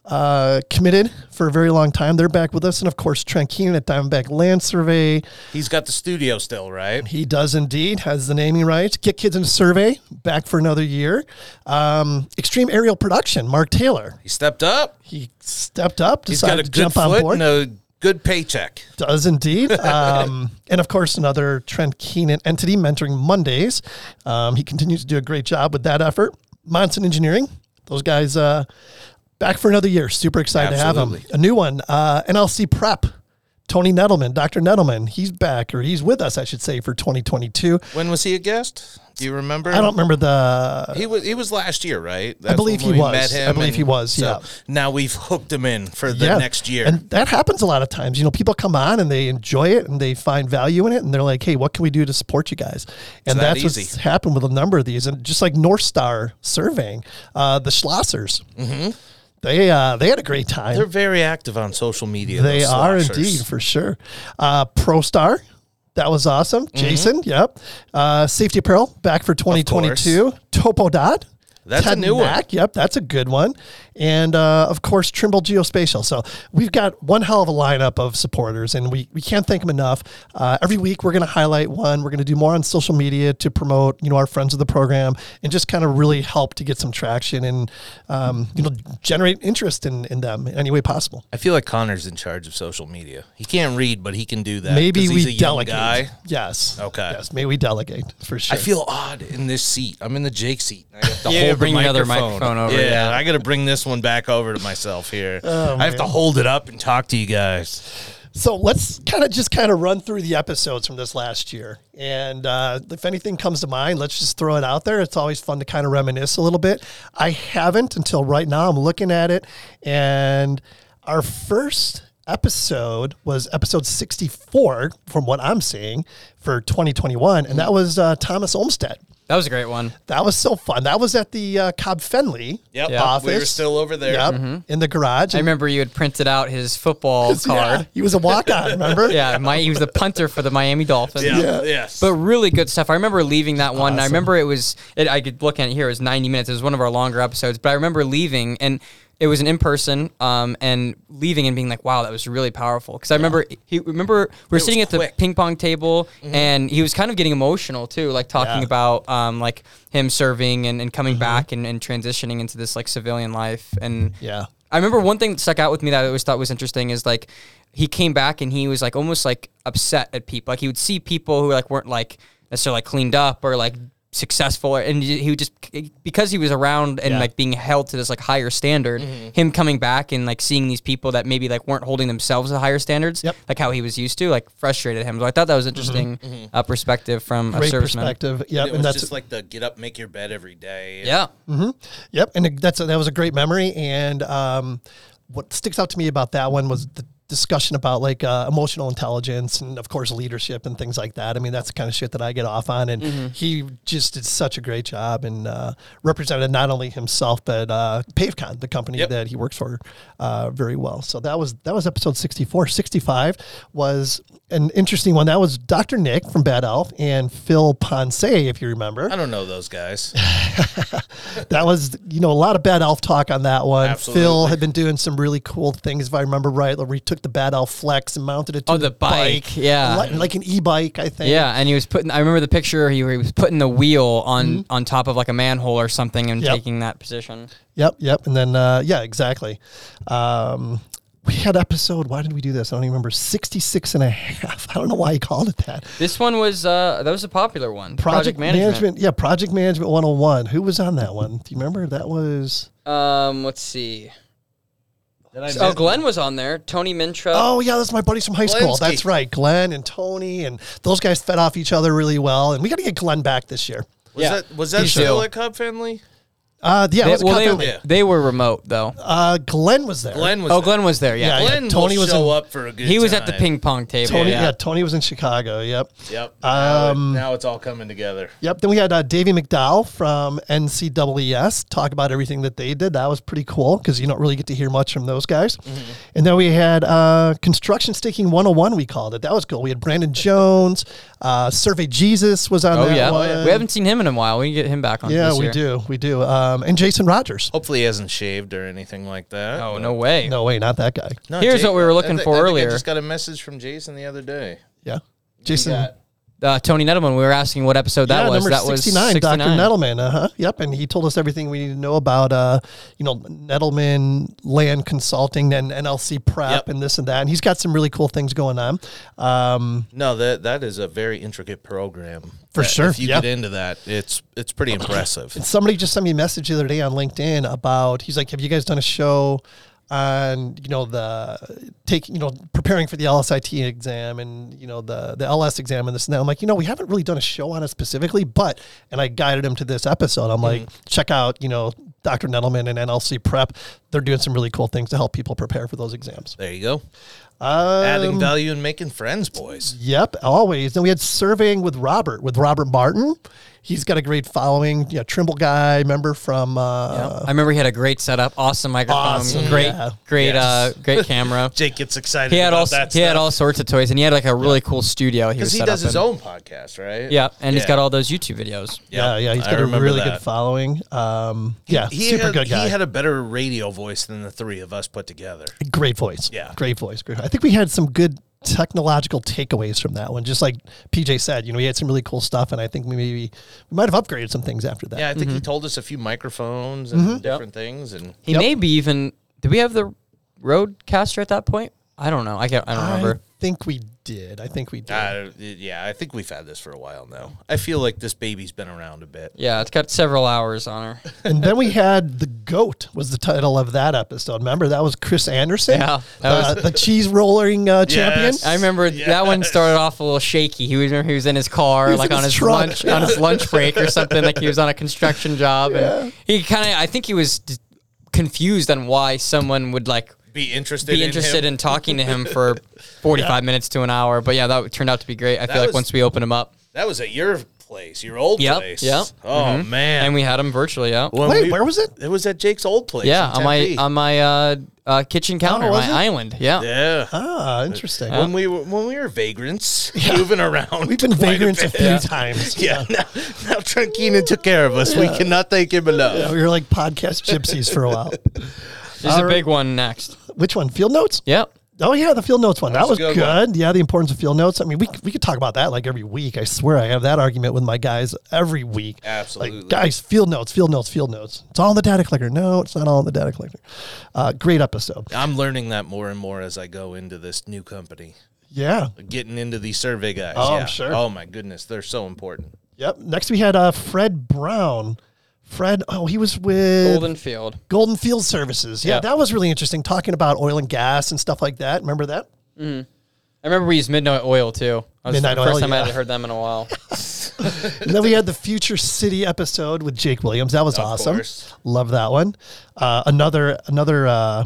D: uh, committed for a very long time. They're back with us. And of course, Trent Keenan at Diamondback Land Survey.
E: He's got the studio still, right?
D: He does indeed, has the naming rights. Get Kids in a Survey, back for another year. Um, Extreme Aerial Production, Mark Taylor.
E: He stepped up.
D: He stepped up,
E: He's got a
D: decided to
E: good
D: jump on
E: foot
D: board.
E: and a good paycheck.
D: Does indeed. Um, and of course, another Trent Keenan entity, Mentoring Mondays. Um, he continues to do a great job with that effort. Monson Engineering, those guys uh, back for another year. Super excited to have
E: Absolutely.
D: them. A new one, uh, NLC Prep. Tony Nettleman, Dr. Nettleman, he's back, or he's with us, I should say, for 2022.
E: When was he a guest? Do you remember?
D: I don't remember the.
E: He was he was last year, right? That's
D: believe
E: when
D: he
E: we
D: was. I believe
E: and
D: he was, yeah.
E: Now we've hooked him in for the
D: yeah.
E: next year.
D: And that happens a lot of times. You know, people come on and they enjoy it and they find value in it and they're like, hey, what can we do to support you guys? And
E: that
D: that's what's
E: easy.
D: happened with a number of these. And just like North Star surveying, uh, the Schlossers,
E: Mm-hmm.
D: they, uh, they had a great time.
E: They're very active on social media.
D: They
E: those
D: are
E: sloshers.
D: indeed for sure. Uh, ProStar, that was awesome.
E: Mm-hmm.
D: Jason, yep. Uh, Safety Apparel back for 2022. Topo Dot.
E: That's a new one.
D: Yep, that's a good one. And uh, of course, Trimble Geospatial. So we've got one hell of a lineup of supporters, and we, we can't thank them enough. Uh, every week, we're going to highlight one. We're going to do more on social media to promote, you know, our friends of the program, and just kind of really help to get some traction and, um, you know, generate interest in, in them in any way possible.
E: I feel like Connor's in charge of social media. He can't read, but he can do that.
D: Maybe
E: 'cause Uh, he's a
D: we
E: young
D: delegate.
E: guy.
D: Yes.
E: Okay.
D: Yes, maybe we delegate for sure.
E: I feel odd in this seat. I'm in the Jake seat. I have to
F: Yeah,
E: hold
F: bring
E: the
F: another
E: microphone.
F: microphone over,
E: Yeah,
F: yeah.
E: I got to bring this one back over to myself here.
D: Oh,
E: I have to hold it up and talk to you guys.
D: so. Let's kind of just kind of run through the episodes from this last year, and uh, if anything comes to mind, let's just throw it out there. It's always fun to kind of reminisce a little bit. I haven't until right now. I'm looking at it, and our first episode was episode 64 from what i'm seeing for 2021 and that was uh, thomas olmsted
F: that was a great one.
D: That was so fun. That was at the uh, Cobb Fenley
E: Yep, we were
D: office.
E: still over there.
D: Yep, in the garage.
F: Mm-hmm. I remember you had printed out his football
D: Yeah,
F: card.
D: he was a walk on, remember?
F: Yeah, my, he was the punter for the Miami Dolphins.
D: Yeah.
E: Yes.
F: But really good stuff. I remember leaving that one. and I remember it was. It, I could look at it here. It was 90 minutes. It was one of our longer episodes. But I remember leaving, and it was an in person. Um, and leaving and being like, "Wow, that was really powerful." Because I remember he remember we were sitting at the
E: quick.
F: ping pong table, and he was kind of getting emotional too, like talking
D: Yeah.
F: about um like him serving and, and coming back and, and transitioning into this like civilian life and
D: Yeah.
F: I remember one thing that stuck out with me that I always thought was interesting is like he came back and he was like almost like upset at people. Like he would see people who like weren't like necessarily like cleaned up or like successful, and he he would just because he was around and
D: Yeah. Mm-hmm.
F: like being held to this like higher standard. Him coming back and like seeing these people that maybe like weren't holding themselves to higher standards,
D: Yep. Mm-hmm.
F: like how he was used to, like frustrated him. So I thought that was interesting Uh, perspective from
D: Great
F: a serviceman.
D: perspective. Yep,
E: it
D: and
E: was
D: that's
E: just like the get up, make your bed every day.
F: Yeah,
D: yep, and that's that was a great memory. And um, what sticks out to me about that one was the discussion about like uh, emotional intelligence and of course leadership and things like that. I mean, that's the kind of shit that I get off on. And he just did such a great job and uh, represented not only himself but uh, PaveCon, the company
E: Yep.
D: that he works for, uh, very well. So that was that was episode 64. 65 was an interesting one. That was Dr. Nick from Bad Elf and Phil Ponce, if you remember.
E: I don't know those guys.
D: That was, you know, a lot of bad elf talk on that one.
E: Absolutely.
D: Phil had been doing some really cool things, if I remember right. Like, We took took the Bad Elf Flex and mounted it to
F: Oh, the bike, yeah.
D: like, like an e-bike, I think.
F: Yeah, and he was putting. I remember the picture. He, he was putting the wheel on on top of like a manhole or something and
D: Mm-hmm. Yep.
F: taking that position.
D: Yep, yep. And then, uh, yeah, exactly. Um, we had episode, why did we do this? I don't even remember, 66 and a half. I don't know why he called it that.
F: This one was uh that was a popular one. Project, management.
D: Yeah, Project Management 101. Who was on that one? Do you remember? That was,
F: Um, let's see. Oh, Glenn was on there. Tony Mintra.
D: oh, yeah, that's my buddies from high school.
E: Glensky.
D: That's right. Glenn and Tony, and those guys fed off each other really well. And we got to get Glenn back this year.
E: Was
F: Yeah.
E: that was
F: You
E: that still
F: do.
E: a Cub family?
D: Uh, yeah,
F: They,
D: let's cut
F: well,
D: down
F: they,
D: the-
E: Yeah.
F: they were remote though.
D: uh, Glenn was there.
E: Glenn was.
F: oh,
E: there.
F: Glenn was there. Yeah,
D: Yeah,
E: Glenn will
D: Tony was
E: show
D: in-
E: up for a good.
F: he was at the
E: time.
F: ping pong table.
D: Tony,
F: yeah.
D: yeah. Tony was in Chicago. Yep.
E: Yep.
D: Um,
E: now, it- now it's all coming together.
D: Yep. Then we had uh, Davey McDowell from NCWS E talk about everything that they did. That was pretty cool because you don't really get to hear much from those guys. And then we had uh, Construction Staking 101, we called it. That was cool. We had Brandon Jones, uh, Survey Jesus was on
F: Oh
D: that
F: yeah.
D: one.
F: we haven't seen him in a while. We can get him back on.
D: Yeah,
F: this
D: we
F: year.
D: do. We do. Um, and Jason Rogers.
E: Hopefully, he hasn't shaved or anything like that.
F: Oh
E: but-
F: no way.
D: No way, not that guy.
E: No,
F: Here's what we were
E: I
F: looking
E: thi-
F: for
E: I think
F: earlier.
E: I just got a message from Jason the other day.
D: Yeah. Jason.
F: Uh, Tony Nettleman. We were asking what episode that
D: yeah,
F: was.
D: number
F: That
D: 69,
F: was 69.
D: Dr. Nettleman. Uh huh. Yep. And he told us everything we need to know about, uh, you know, Nettleman land consulting and NLC prep
E: Yep.
D: and this and that. And he's got some really cool things going on. Um,
E: No, that that is a very intricate program.
D: For
E: that
D: sure,
E: If you
D: yeah.
E: get into that, it's it's pretty impressive.
D: somebody just sent me a message the other day on LinkedIn about, he's like, have you guys done a show? On you know the taking you know preparing for the LSIT exam and you know the the LS exam and this and that I'm like you know we haven't really done a show on it specifically but and I guided him to this episode I'm like check out you know Dr. Nettleman and NLC Prep they're doing some really cool things to help people prepare for those exams.
E: There you go.
D: Uh,
E: Adding value and making friends, boys.
D: Yep, always. Then we had surveying with Robert, with Robert Martin. He's got a great following. Yeah, Trimble guy, member from. Uh,
F: I remember he had a great setup, awesome microphone,
D: Awesome,
F: great,
D: yeah.
F: great,
E: Yes.
F: uh, great camera.
E: Jake gets excited.
F: he had
E: about
F: all
E: that
F: he had
E: stuff.
F: all sorts of toys, and he had like a really cool studio. He
E: because
F: was
E: he
F: set
E: does
F: up
E: his
F: in.
E: own podcast, right?
F: Yeah, and he's got all those YouTube videos.
D: Yeah, yeah, he's
E: I
D: got a
E: remember
D: really
E: that.
D: good following. Um, yeah,
E: He
D: super
E: had,
D: good guy.
E: He had a better radio voice than the three of us put together.
D: great voice.
E: Yeah.
D: great voice. Great. I think we had some good technological takeaways from that one. Just like PJ said, you know, we had some really cool stuff, and I think we maybe we might have upgraded some things after that.
E: Yeah, I think
F: Mm-hmm.
E: he told us a few microphones
D: Mm-hmm.
E: and different things, and
F: He
D: Yep.
F: may be even. Did we have the Roadcaster at that point? I don't know. I can't. I don't
D: I
F: remember.
D: think we did. I think we did.
E: uh, yeah, I think we've had this for a while now. I feel like this baby's been around a bit.
F: Yeah, it's got several hours on her.
D: And then we had the goat was the title of that episode. Remember that was Chris Anderson,
F: Yeah,
D: uh,
F: that
D: the cheese rolling uh, champion.
E: Yes.
F: I remember that one started off a little shaky. He was remember he was in his car,
D: was
F: like
D: in
F: on
D: his
F: his
D: truck.
F: lunch on his lunch break or something. Like he was on a construction job, and he kind of I think he was d- confused on why someone would like
E: Be interested.
F: be interested
E: him.
F: in talking to him for forty five minutes to an hour. But yeah, that turned out to be great. I feel like
E: was-
F: once we opened him up,
E: That was at your place, your old
F: Yep,
E: place.
F: yep. Mm-hmm.
E: Oh man.
F: and we had him virtually. Yeah.
E: When
D: Wait,
E: we-
D: where was it?
E: It was at Jake's old place.
F: Yeah,
E: in
F: on my
E: Tempe.
F: on my uh, uh, kitchen counter,
D: was
F: my
D: it?
F: island. Yeah.
E: yeah.
D: Ah, interesting.
F: Um,
E: When we were when we were vagrants moving around,
D: We've been
E: quite
D: vagrants a
E: bit.
D: few times.
E: Yeah, now, now Trankina took care of us. We cannot thank him enough.
D: Yeah, we were like podcast gypsies for a while.
F: There's a big one next.
D: Which one? Field notes?
F: Yep.
D: Oh yeah, the field notes one. That, was
E: was a
D: good.
E: good one.
D: Yeah, the importance of field notes. I mean, we we could talk about that like every week. I swear, I have that argument with my guys every week.
E: Absolutely.
D: like, guys, field notes, field notes, field notes. It's all in the data collector. No, it's not all in the data collector. Uh, great episode.
E: I'm learning that more and more as I go into this new company,
D: Yeah,
E: getting into these survey guys.
D: Oh, I'm
E: yeah.
D: sure.
E: Oh my goodness, they're so important.
D: Yep. Next, we had uh, Fred Brown. Fred, oh, he was with
F: Golden Field.
D: Golden Field Services. Yeah,
F: Yep.
D: that was really interesting, talking about oil and gas and stuff like that. Remember that?
F: I remember we used Midnight Oil too. That was
D: Midnight
F: the first
D: Oil,
F: time I
D: yeah.
F: had heard them in a while.
D: And then we had the Future City episode with Jake Williams. That was awesome.
E: course.
D: Love that one. Uh, another another uh,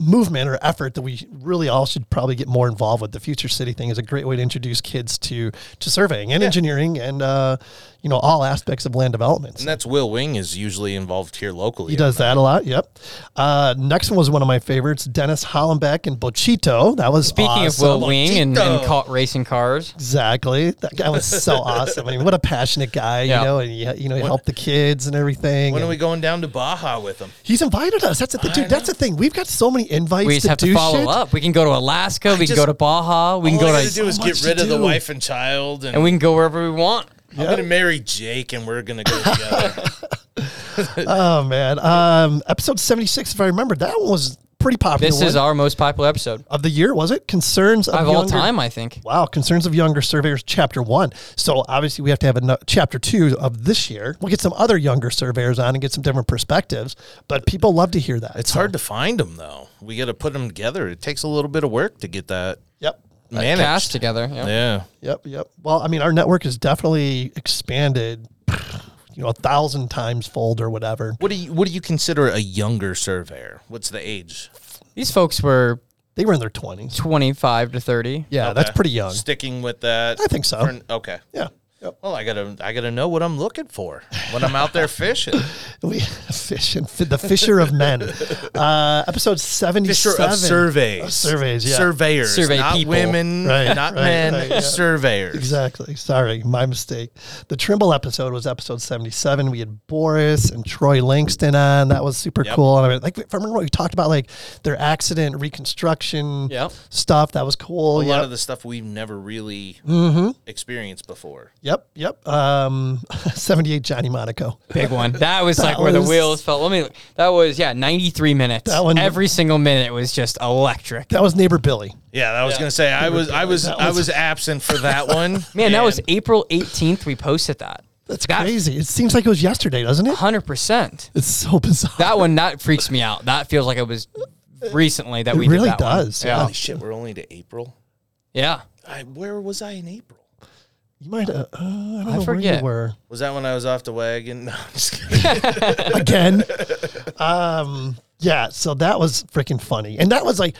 D: movement or effort that we really all should probably get more involved with. The Future City thing is a great way to introduce kids to to surveying and engineering and uh, you know all aspects of land development.
E: And that's Will Wing is usually involved here locally.
D: He does that a lot. Yep. Uh, next one was one of my favorites, Dennis Hollenbeck and Bochito. That was
F: Speaking of
D: awesome.
F: Will Wing and,
E: Mojito.
F: and caught racing cars,
D: Exactly. That guy was so awesome. I mean, what a passionate guy,
F: Yeah.
D: you know, and he, you know, he helped the kids and everything.
E: When are
D: and
E: we going down to Baja with him?
D: he's invited us. That's the thing, dude. That's the thing. We've got so many invites.
F: we just
D: to
F: have
D: do
F: to follow
D: shit.
F: up. We can go to Alaska. we can
E: just-
F: go to Baja. We can
E: All
F: go
E: I
F: to,
E: gotta do is
D: so
E: get
D: much
E: rid
D: to
E: of the
D: do.
E: wife and child, and,
F: and we can go wherever we want.
E: I'm gonna marry Jake, and we're gonna go together.
D: Oh man. Um, episode seventy six, if I remember, that one was pretty popular.
F: This is
D: one
F: our most popular episode
D: of the year, was it? Concerns of
F: of all
D: younger-
F: time, I think.
D: Wow, concerns of younger surveyors, chapter one. So obviously, we have to have a no- chapter two of this year. We'll get some other younger surveyors on and get some different perspectives. But people love to hear that.
E: it's hard to find them though. We got to put them together. It takes a little bit of work to get that
D: Yep.
E: managed.
F: Cast together. yeah.
E: Yeah,
D: Yep. Yep. Well, I mean, our network is definitely expanded. You know, a thousand times fold or whatever.
E: What do you What do you consider a younger surveyor? What's the age?
F: These folks were
D: They were in their twenties.
F: 25 to 30.
D: Yeah, that's pretty young.
E: Sticking with that,
D: I think so.
E: for- okay.
D: Yeah. Yep.
E: Well, I gotta I gotta know what I'm looking for when I'm out there fishing.
D: We fish and fi- the fisher of men. Uh, episode seventy
E: Fisher
D: seven.
E: of surveys,
D: surveys, yeah.
E: surveyors,
F: Survey
E: not
F: people.
E: women,
D: Right,
E: not
D: right,
E: men,
D: right, yeah.
E: surveyors.
D: Exactly. Sorry, my mistake. The Trimble episode was episode 77. We had Boris and Troy Langston on. That was super
E: Yep.
D: cool. And I mean, like, if I remember what we talked about, like their accident reconstruction
F: Yep.
D: stuff. That was cool. yep.
E: A
D: Mm-hmm.
E: lot of the stuff we've never really experienced before.
D: yep. Yep. Um, 78 Johnny Monaco.
F: Big one. That was like
D: That
F: where the
D: was-
F: wheels fell. Let me. That was yeah, 93 minutes.
D: That one-
F: Every single minute was just electric.
D: That was neighbor Billy.
E: Yeah, I was gonna say I was I was I
D: was-
E: was absent for that one.
F: Man, that was
E: and
F: April 18th. We posted that.
D: That's
F: That-
D: crazy. It seems like it was yesterday, doesn't it?
F: 100. percent
D: It's so bizarre.
F: That one that freaks me out. That feels like it was recently that
D: it
F: we
D: really
F: did that one.
D: does.
F: Yeah.
D: Yeah.
E: Holy shit, we're only to April.
F: Yeah.
E: I, where was I in April?
D: You might, uh, uh, I don't know where
F: forget.
D: you were.
E: Was that when I was off the wagon? No, I'm just kidding.
D: again. um, yeah, so that was freaking funny. And that was like,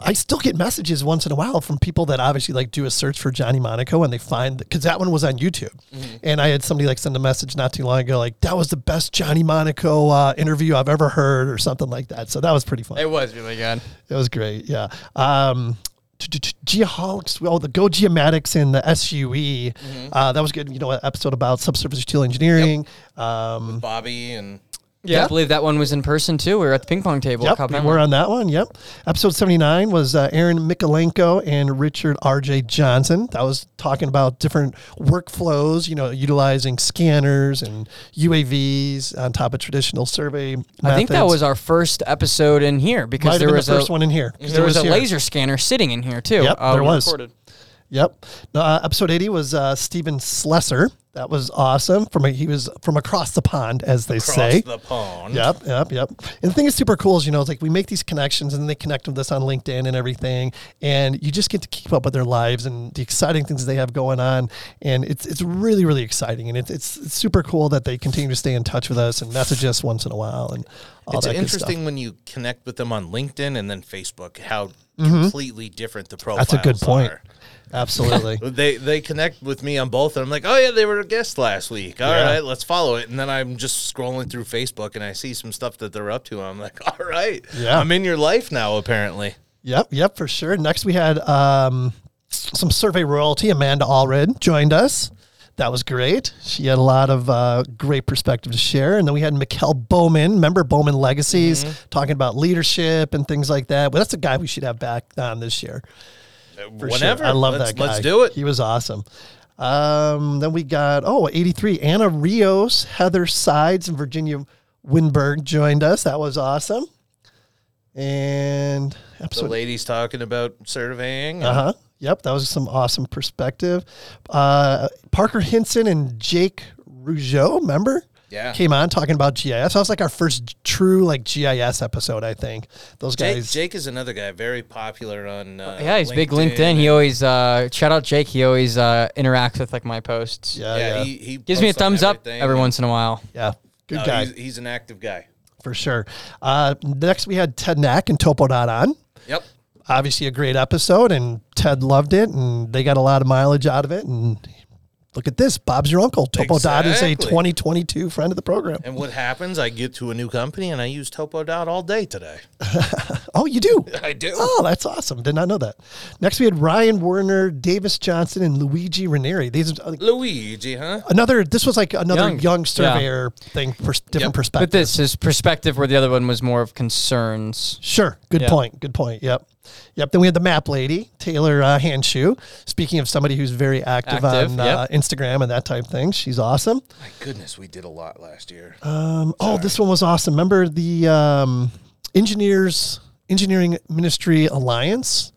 D: I still get messages once in a while from people that obviously like do a search for Johnny Monaco and they find because that one was on YouTube.
F: Mm-hmm.
D: And I had somebody like send a message not too long ago, like, that was the best Johnny Monaco uh, interview I've ever heard or something like that. So that was pretty funny.
F: It was really good.
D: It was great. Yeah. Um, t- t- t- Geoholics, well, the Go Geomatics and the SUE.
F: Mm-hmm.
D: Uh, that was good. You know, an episode about subsurface steel engineering. Um,
E: Bobby and
F: Yeah, I believe that one was in person too. We were at the ping pong table. at
D: Yep,
F: Cobb
D: we
F: Island.
D: were on that one. Yep. Episode 79 was uh, Aaron Mikolenko and Richard R.J. Johnson. That was talking about different workflows, you know, utilizing scanners and UAVs on top of traditional survey
F: I think that was our first episode in here because
D: Might have
F: there
D: been the
F: was
D: first
F: a
D: one in here. 'cause
F: there
D: it
F: was, a
D: here.
F: laser scanner sitting in here too.
D: Yep,
F: uh,
D: there
F: we
D: was.
F: recorded.
D: Yep. Uh, episode 80 was uh, Stephen Slesser. That was awesome. From a, He was from across the pond, as they
E: crossed
D: say.
E: the pond.
D: Yep, yep, yep. And the thing is super cool is, you know, it's like we make these connections and they connect with us on LinkedIn and everything. And you just get to keep up with their lives and the exciting things they have going on. And it's it's really, really exciting. And it's it's, it's super cool that they continue to stay in touch with us and message us once in a while and all
E: It's
D: that
E: interesting
D: good stuff.
E: when you connect with them on LinkedIn and then Facebook how completely different the profiles
D: Mm-hmm. That's a good point.
E: are.
D: Absolutely.
E: They they connect with me on both, and I'm like, oh yeah, they were a guest last week. All
D: Yeah.
E: right, let's follow it. And then I'm just scrolling through Facebook, and I see some stuff that they're up to. And I'm like, all right,
D: Yeah.
E: I'm in your life now. Apparently,
D: Yep, yep, for sure. Next, we had um, some survey royalty. Amanda Allred joined us. That was great. She had a lot of uh, great perspective to share. And then we had Mikkel Bowman, member Bowman Legacies,
E: Mm-hmm.
D: talking about leadership and things like that. Well, that's a guy we should have back on this year. for sure.
E: Uh, whenever
D: I love
E: let's,
D: that guy.
E: Let's do it.
D: He was awesome. Um, then we got, oh, 83. Anna Rios, Heather Sides, and Virginia Winberg joined us. That was awesome. And
E: The
D: episode
E: ladies talking about surveying.
D: uh huh. Yep, that was some awesome perspective. Uh, Parker Hinson and Jake Rougeau, remember?
E: Yeah.
D: Came on talking about GIS. That was like our first true like GIS episode, I think. Those
E: Jake,
D: guys.
E: Jake is another guy, very popular on. Uh,
F: Yeah, he's big LinkedIn. He always uh, shout out Jake. He always uh, interacts with like my posts.
D: yeah,
E: yeah,
D: yeah.
E: He, he
F: gives me a
E: posts on
F: thumbs up
E: everything.
F: every once in a while.
D: yeah. Good
E: No,
D: guy
E: He's, he's an active guy.
D: for sure. Uh, next, we had Ted Knack and Topodot on.
E: Yep.
D: Obviously, a great episode, and Ted loved it, and they got a lot of mileage out of it. And Look at this. Bob's your uncle. Topo Dodd is a
E: Exactly.
D: 2022 friend of the program.
E: And what happens? I get to a new company and I use Topo Dot all day today.
D: Oh, you do?
E: I do.
D: Oh, that's awesome. Did not know that. Next, we had Ryan Werner, Davis Johnson, and Luigi Ranieri. These are uh,
E: Luigi, huh?
D: another. This was like another young,
F: Young.
D: surveyor thing, pers- different
E: Yep.
D: perspective.
F: But this is perspective where the other one was more of concerns.
D: Sure. Good
F: Yeah.
D: point. Good point. Yep. Yep. Then we had the map lady, Taylor uh, Handshoe. Speaking of somebody who's very active, on
F: Active,
D: uh, Instagram and that type of thing, she's awesome.
E: My goodness, we did a lot last year.
D: Um, oh, this one was awesome. Remember the um, engineers, engineering ministry alliance.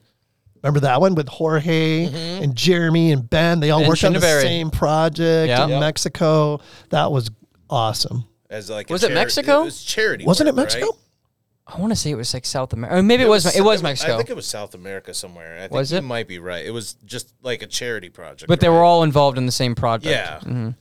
D: Remember that one with Jorge and Jeremy and Ben? They all
F: Mm-hmm. And
D: worked on the
F: Chindaberry.
D: same project
F: Yeah.
D: in
F: Yep.
D: Mexico. That was awesome.
E: As like a
F: Was it Mexico?
E: It was charity.
D: Wasn't it
E: work,
D: Mexico?
E: right?
F: I want to say it was like South America. Or maybe it was it was
E: I
F: Mexico.
E: think it was South America somewhere. I think
F: Was
E: you
F: it?
E: might be right. It was just like a charity project.
F: But they
E: right?
F: were all involved in the same project.
E: Yeah.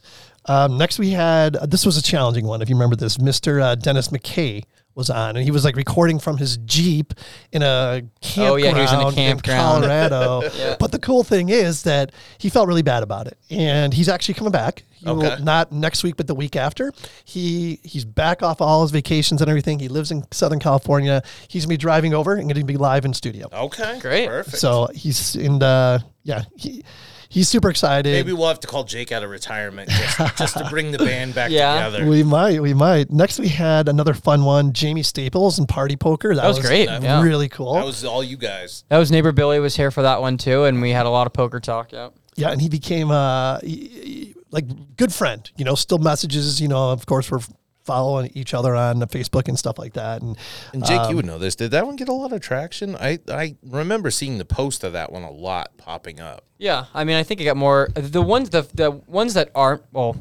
D: Um, next, we had this was a challenging one. If you remember this, Mister uh, Dennis McKay was on, and he was like recording from his jeep in a campground.
F: Oh, yeah, he was in a campground.
D: Colorado. But the cool thing is that he felt really bad about it, and he's actually coming back. He will,
E: Okay.
D: not next week, but the week after. He he's back off all his vacations and everything. He lives in Southern California. He's gonna be driving over and gonna be live in studio.
E: Okay.
F: Mm-hmm. Great.
E: Perfect.
D: So he's in the yeah he. He's super excited.
E: Maybe we'll have to call Jake out of retirement just, just to bring the band back
F: Yeah.
E: together.
D: We might, we might. Next, we had another fun one: Jamie Staples and Party Poker. That,
F: was great, yeah.
D: really cool.
E: that was all you guys.
F: That was neighbor Billy was here for that one too, and we had a lot of poker talk. Yep.
D: yeah, and he became uh, he- he- like good friend. You know, still messages. You know, of course, we're following each other on Facebook and stuff like that. And
E: And Jake, you would
F: Um,
E: know this. Did that one get a lot of traction? I, I remember seeing the post of that one a lot popping up.
F: Yeah, I mean, I think it got more the ones the the ones that aren't well,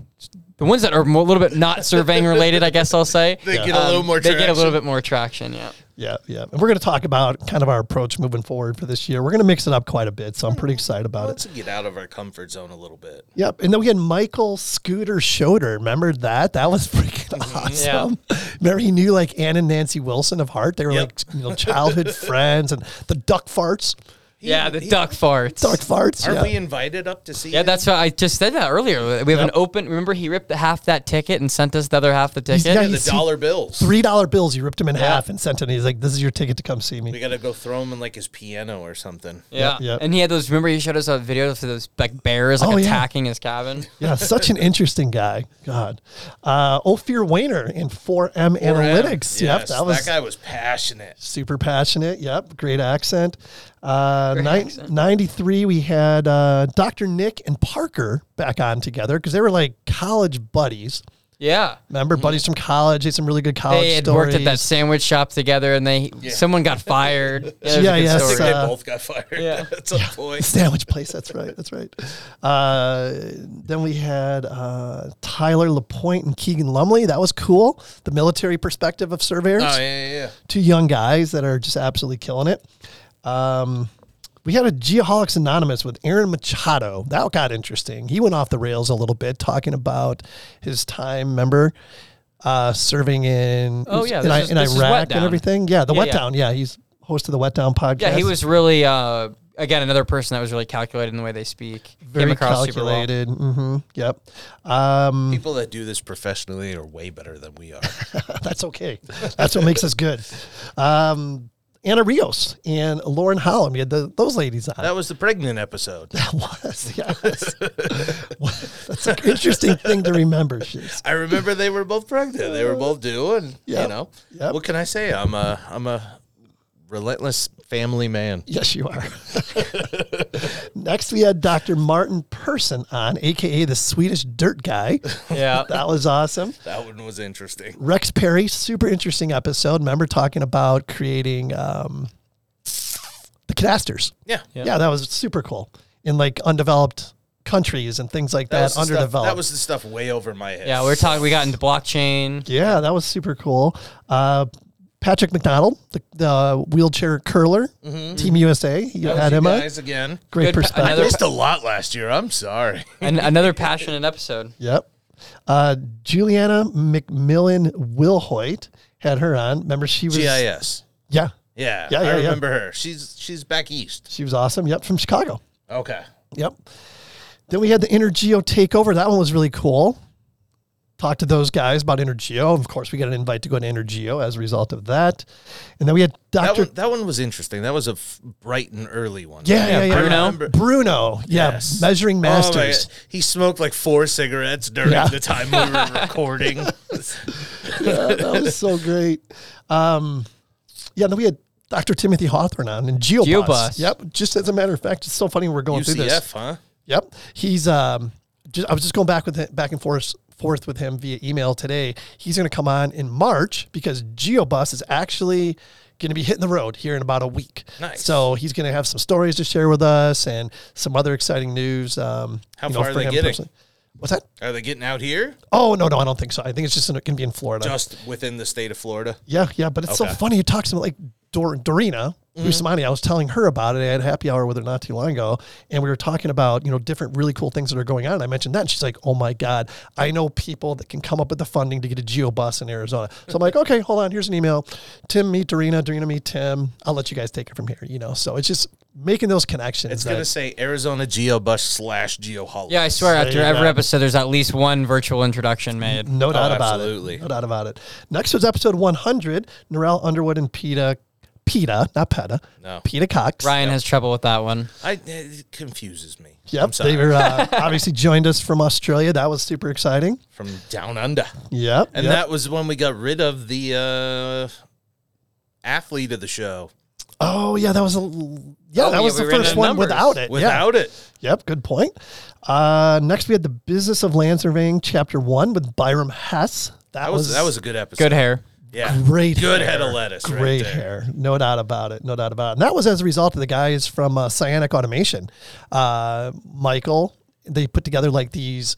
F: the ones that are more, a little bit not surveying related. I guess I'll say um,
E: They get a little more
F: They get a little
E: traction.
F: bit more traction. Yeah.
D: yeah, yeah. And we're going to talk about kind of our approach moving forward for this year. We're going to mix it up quite a bit, so I'm pretty excited about it.
E: Let's get out of our comfort zone a little bit.
D: Yep. And then we had Michael Scooter Schroeder. Remember that? That was freaking
E: Mm-hmm,
D: awesome. Remember he knew like Ann and Nancy Wilson of Heart. They were
E: Yep.
D: like you know, childhood friends and the duck farts.
F: yeah, the duck farts.
D: Duck farts.
E: Aren't
D: yeah.
E: we invited up to see?
F: yeah,
E: him?
F: that's what I just said that earlier. We have an open. Remember, he ripped half that ticket and sent us the other half the ticket.
D: yeah,
E: And the
D: see-
E: dollar bills.
D: Three dollar bills. You ripped them in half and sent it. And he's like, "This is your ticket to come see me."
E: We got to go throw him in like his piano or something.
F: Yeah.
D: Yep, yep.
F: And he had those. Remember, he showed us a video of those like bears like
D: Oh, yeah.
F: attacking his cabin.
D: Yeah, such an interesting guy. God, uh, Ophir Wainer in 4M
E: Or, uh,
D: Analytics. yep,
E: yes,
D: that was
E: guy was passionate.
D: super passionate. Yep, great accent. Uh,
F: Great
D: nine-
F: accent.
D: 93, we had uh, Dr. Nick and Parker back on together because they were like college buddies.
F: Yeah.
D: Remember, buddies from college. They had some really good college
F: Mm-hmm. They had
D: stories.
F: worked at that sandwich shop together, and they someone got fired. Yeah,
D: Yeah, yeah,
E: I think
D: so-
E: they
D: Uh,
E: both got fired.
F: yeah.
E: That's a point.
D: Sandwich place. That's right. That's right. Uh, then we had uh, Tyler Lapointe and Keegan Lumley. That was cool. The military perspective of surveyors.
E: Oh, yeah, yeah, yeah.
D: two young guys that are just absolutely killing it. Um, we had a Geoholics Anonymous with Aaron Machado. That got interesting. He went off the rails a little bit, talking about his time, remember, uh, serving in
F: Oh, yeah,
D: in,
F: this
D: I-
F: is-
D: in
F: this is
D: Iraq
F: Wet
D: and
F: Down.
D: everything. Yeah, the
F: Yeah,
D: Wet
F: yeah.
D: Down. Yeah, he's host of the Wet Down podcast.
F: Yeah, he was really uh, again another person that was really calculated in the way they speak.
D: very
F: Came across super well.
D: calculated. hmm Yep, um,
E: People that do this professionally are way better than we are.
D: that's okay. That's what makes us good. Um, Anna Rios and Lauren Holland. We had the, those ladies on.
E: that was the pregnant episode.
D: was. Yes. That's an interesting thing to remember. She's,
E: I remember they were both pregnant. They were both due, and
D: Yep,
E: you know,
D: yep.
E: what can I say? I'm a I'm a relentless family man.
D: yes, you are. Next, we had Dr. Martin Person on, aka the Swedish Dirt Guy.
F: Yeah.
D: That was awesome.
E: That one was interesting.
D: Rex Perry, super interesting episode. Remember talking about creating um, the cadasters.
E: Yeah,
D: Yeah. that was super cool in like undeveloped countries and things like that,
E: was the stuff-
D: underdeveloped.
E: that was the stuff way over my head.
F: Yeah, we were talking. We got into blockchain.
D: Yeah, that was super cool. Uh, Patrick McDonald, the, the wheelchair curler, Team USA, you
E: Mm-hmm. That was
D: had
E: you
D: him on.
E: guys again.
D: Great
F: Good pa-
D: perspective.
F: another-
E: Missed a lot last year. I'm sorry.
F: And another passionate episode.
D: yep. Uh, Juliana McMillan Wilhoit had her on. Remember, she was.
E: GIS.
D: Yeah,
E: Yeah,
D: Yeah, yeah,
E: I
D: yeah.
E: remember her. She's she's back east.
D: she was awesome. Yep, from Chicago.
E: Okay.
D: Yep. Then we had the Energeo takeover. That one was really cool. Talked to those guys about Energeo. Of course, we got an invite to go to Energeo as a result of that. And then we had
E: That
D: Dr.
E: one, that one was interesting. That was a f- bright and early one.
D: yeah, yeah, yeah,
F: Bruno.
D: yeah. Bruno. Yeah,
E: Yes.
D: Measuring
E: Oh my God.
D: Masters.
E: he smoked like four cigarettes during
D: Yeah.
E: the time we were recording.
D: that was so great. Um, yeah, then we had Dr. Timothy Hawthorne on and Geobus.
F: Geobus.
D: Yep. Just as a matter of fact, it's so funny we're going through this.
E: UCF, huh?
D: Yep. He's um just I was just going back with him, back and forth forth with him via email today. He's going to come on in March because GeoBus is actually going to be hitting the road here in about a week.
E: Nice.
D: So he's going to have some stories to share with us and some other exciting news. Um,
E: How far are
D: for
E: they
D: him
E: getting?
D: personally. What's that?
E: Are they getting out here?
D: Oh no, no, I don't think so. I think it's just going to be in Florida.
E: Just within the state of Florida.
D: Yeah, yeah, but it's
E: Okay. Mm-hmm.
D: so funny. You talk to like Dor- Dorina Bustamante. I was telling her about it. I had happy hour with her not too long ago, and we were talking about you know different really cool things that are going on. And I mentioned that, and she's like, "Oh my god, I know people that can come up with the funding to get a geo bus in Arizona." So I'm like, "Okay, hold on. Here's an email. Tim meet Dorina. Dorina meet Tim. I'll let you guys take it from here." You know, so it's just making those connections.
E: It's
D: that-
E: gonna say Arizona GeoBus slash GeoHolics.
F: Yeah, I swear after
D: you
F: every
D: go.
F: episode, there's at least one virtual introduction made.
D: No doubt about
E: Oh, absolutely.
D: it. No doubt about it. Next was episode 100. Norel Underwood and Peta, Peta, not Peta,
E: No.
D: Peta Cox.
F: Ryan has trouble with that one.
E: I, it confuses me. I'm
D: Yep,
E: sorry.
D: they were uh, obviously joined us from Australia. That was super exciting.
E: From down under.
D: Yep,
E: And
D: yep.
E: that was when we got rid of the uh, athlete of the show.
D: oh yeah, that was a l- yeah,
F: Oh,
D: that
F: yeah,
D: was
F: we
D: the
F: ran
D: first
F: out of
D: one
F: numbers.
D: without it.
E: Without it.
D: yeah. yep, good point. Uh, next, we had the business of land surveying, chapter one, with Byram Hess. That,
E: That was, that was a good episode.
F: Good hair.
E: Yeah.
D: great,
E: Good
D: hair.
E: head of lettuce. right
D: Great
E: there.
D: hair, no doubt about it, no doubt about it. And that was as a result of the guys from uh, Cyanic Automation, uh, Michael. They put together like these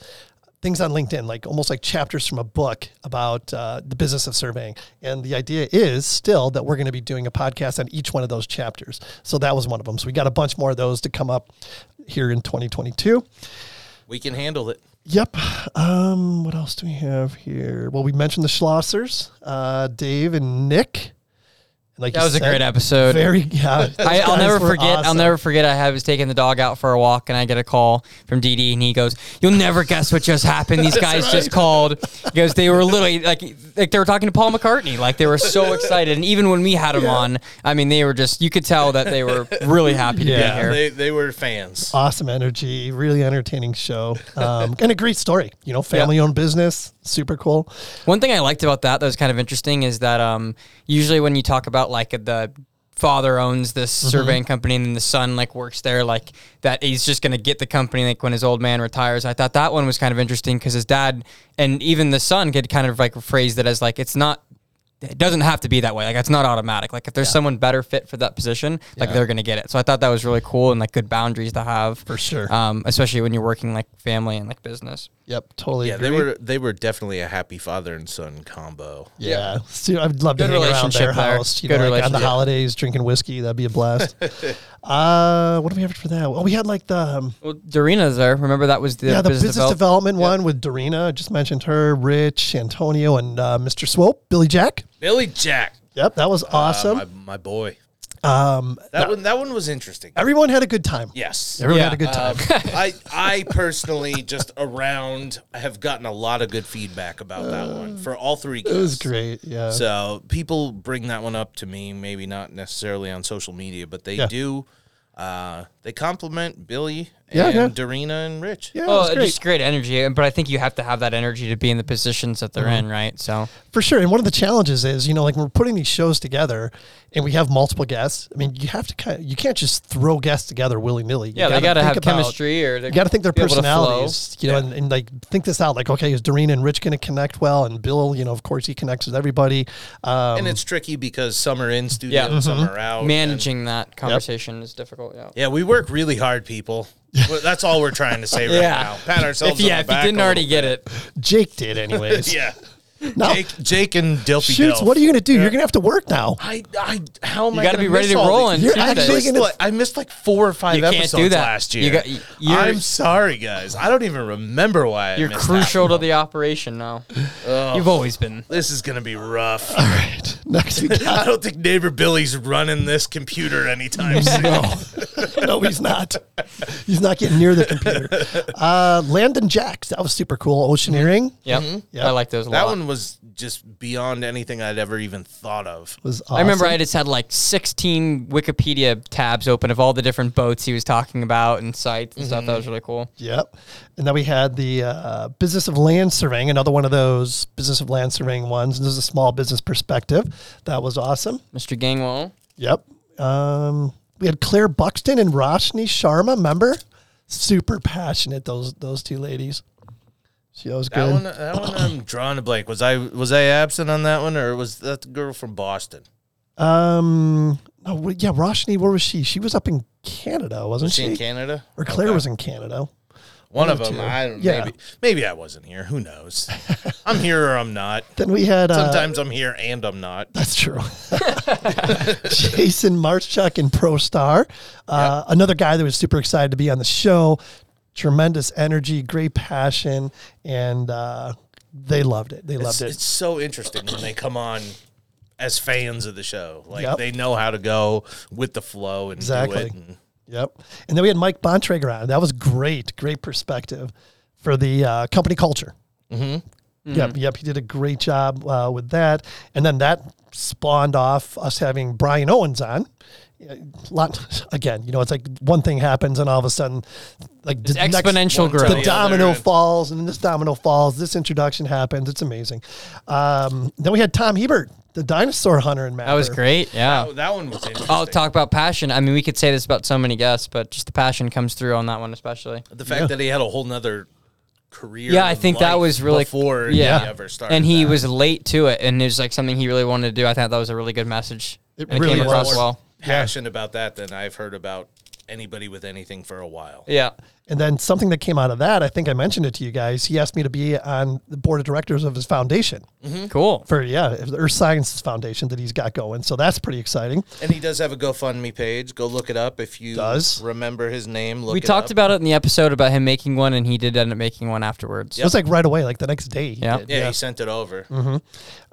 D: things on LinkedIn, like almost like chapters from a book about uh, the business of surveying. And the idea is still that we're going to be doing a podcast on each one of those chapters. So that was one of them. So we got a bunch more of those to come up here in 2022.
E: We can handle it.
D: Yep. Um, what else do we have here? Well, we mentioned the Schlossers, uh, Dave and Nick. And Like
F: That
D: you
F: was a
D: said,
F: great episode.
D: Very yeah. those
F: I, I'll
D: guys
F: never
D: were
F: forget. I'll
D: awesome.
F: never forget. I had- was taking the dog out for a walk, and I get a call from DD, and he goes, "You'll never guess what just happened. These guys just called." He goes, "They were literally like, like they were talking to Paul McCartney. Like they were so excited. And even when we had him on, I mean, they were just. You could tell that they were really happy to
D: Yeah.
F: be here.
E: They, they were fans.
D: Awesome energy, really entertaining show, um, and a great story. You know, family-owned business, super cool.
F: One thing I liked about that that was kind of interesting is that um, usually when you talk about like the father owns this
D: Mm-hmm.
F: surveying company and then the son like works there like that he's just going to get the company like when his old man retires i thought that one was kind of interesting because his dad and even the son could kind of like phrased it as like it's not it doesn't have to be that way like it's not automatic like if there's someone better fit for that position like they're going to get it so i thought that was really cool and like good boundaries to have for
D: sure.
F: um, especially when you're working like family and like business
D: Yep, totally.
E: Yeah,
D: agree.
E: they were they were definitely a happy father and son combo.
D: Yeah, So I'd love
F: Good
D: to hang around their
F: relationship there.
D: house. You
F: Good
D: know, like on the
F: relationship.
D: holidays, drinking whiskey. That'd be a blast. uh, what do we have for that? Oh, we had like the. Um,
F: well dorina's there remember that was the
D: yeah, the business,
F: develop-
D: development one with Dorina. I just mentioned her, Rich, Antonio, and uh, Mr. Swope, Billy Jack.
E: Billy Jack,
D: Yep, that was awesome.
E: my, my boy. Um, that one that one was interesting.
D: Everyone had a good time.
E: Yes, um,
D: Everyone
F: Yeah.
D: had a good time.
E: I I personally just around have gotten a lot of good feedback about that one for all three. Guests.
D: it was great. Yeah.
E: So people bring that one up to me, maybe not necessarily on social media, but they
D: Yeah.
E: do. Uh, they compliment Billy and
D: Yeah, yeah.
E: Dorina and Rich.
D: yeah, it
F: Well,
D: was great.
F: oh, just great energy, uh, but I think you have to have that energy to be in the positions that they're in, right? So
D: For sure. And one of the challenges is, you know, like when we're putting these shows together and we have multiple guests, I mean, you have to kind of, you can't just throw guests together willy nilly.
F: yeah, they got to have chemistry, or they
D: You got to think their
F: be able to flow.
D: personalities, you know, and, and like think this out. Like, okay, is Doreen and Rich going to connect well? And Bill, you know, of course, he connects with everybody. Um, Mm-hmm.
E: And it's tricky because some are in studio,
F: Yeah.
E: some are out. and-
F: Managing that conversation is difficult. Yeah.
E: Yeah, we work really hard, people. Well, That's all we're trying to say right
F: Yeah.
E: now. Pat ourselves.
F: If, yeah,
E: on
F: if
E: the
F: you
E: back
F: didn't
E: a
F: already
E: little
F: get it,
D: Jake did, anyways.
E: bit. yeah.
D: Now,
E: Jake, Jake and Dilfy.
D: shoots,
E: Dilf.
D: what are you going to do? You're going to have to work now.
E: I, I, how am
F: you
E: I
F: got to
E: gonna
F: be ready
E: miss
F: to
E: all
F: roll
E: these?
F: on
D: You're
F: Tuesday.
D: actually
E: I missed,
D: gonna-
E: like, I missed like four or five
F: You can't do
E: episodes
F: that.
E: last
F: You
E: year.
F: got- y- you're-
E: I'm sorry, guys. I don't even remember why. I
F: You're
E: missed that
F: crucial to
E: one.
F: the operation now. You've always been.
E: This is gonna be rough.
D: All right. Next, we got
E: I don't think neighbor Billy's running this computer anytime soon.
D: no, he's not. He's not getting near the computer. Uh, Landon Jacks. That was super cool. Oceaneering
F: Yep.
D: Yep.
F: I like those a
E: That
F: lot.
E: one was just beyond anything I'd ever even thought of.
D: was awesome.
F: I remember I just had like 16 Wikipedia tabs open of all the different boats he was talking about and sites and stuff. That was really cool.
D: Yep. And then we had the uh, business of land surveying, another one of those business of land surveying ones. This is a small business perspective. That was awesome.
F: Mr. Gangwall.
D: Yep. Um, we had Claire Buxton and Roshni Sharma. Remember? Super passionate. Those those two ladies. She was
E: That
D: good.
E: one, that one, I'm drawing a blank. Was I was I absent on that one, or was that the girl from Boston?
D: Um. Oh, wa- yeah, Roshni. Where was she? She was up in Canada, wasn't
E: Was she
D: she?
E: in Canada?
D: Or Claire was in Canada.
E: One of
D: One or two.
E: them. I don't.
D: Yeah.
E: Maybe maybe I wasn't here. Who knows? I'm here or I'm not.
D: Then we had uh,
E: Sometimes I'm here and I'm not.
D: That's true. Jason Marchuk in ProStar, uh, another guy that was super excited to be on the show. Tremendous energy, great passion, and uh, they loved it. They
E: It's,
D: loved it.
E: it's so interesting when they come on as fans of the show. Like
D: Yep.
E: they know how to go with the flow and
D: Exactly.
E: do it. And
D: Yep. And then we had Mike Bontrager on. That was great, great perspective for the uh, company culture. Mm-hmm. Yep, yep. He did a great job uh, with that. And then that spawned off us having Brian Owens on. Yeah, Lot again, you know, it's like one thing happens and all of a sudden, like the next-
F: exponential
E: One to
F: growth.
D: the
E: Yeah,
D: domino
E: they're-
D: falls, and then this domino falls. This introduction happens. It's amazing. Um, then we had Tom Hebert, the dinosaur hunter and mapper.
F: That was great. Yeah.
E: oh, that one was interesting.
F: Oh, talk about passion. I mean, we could say this about so many guests, but just the passion comes through on that one, especially.
E: the fact that he had a whole nother career.
F: Yeah, I
E: in
F: think that
E: life
F: was really
E: before
F: yeah.
E: he ever started.
F: and he
E: that.
F: was late to it, and it was like something he really wanted to do. I thought that was a really good message.
D: It
F: and
D: really
F: came across
D: was.
F: well.
E: passionate about that than I've heard about anybody with anything for a while.
F: Yeah.
D: And then something that came out of that, I think I mentioned it to you guys. He asked me to be on the board of directors of his foundation
E: Mm-hmm.
F: Cool.
D: for yeah, the Earth Sciences Foundation that he's got going. So that's pretty exciting.
E: And he does have a GoFundMe page. Go look it up if you
D: Does.
E: remember his name. Look
F: we
E: it
F: talked
E: up.
F: about it in the episode about him making one, and he did end up making one afterwards.
D: It was like right away, like the next day. he
F: Yeah. Mm-hmm.
D: did.
E: Yeah, he sent it over.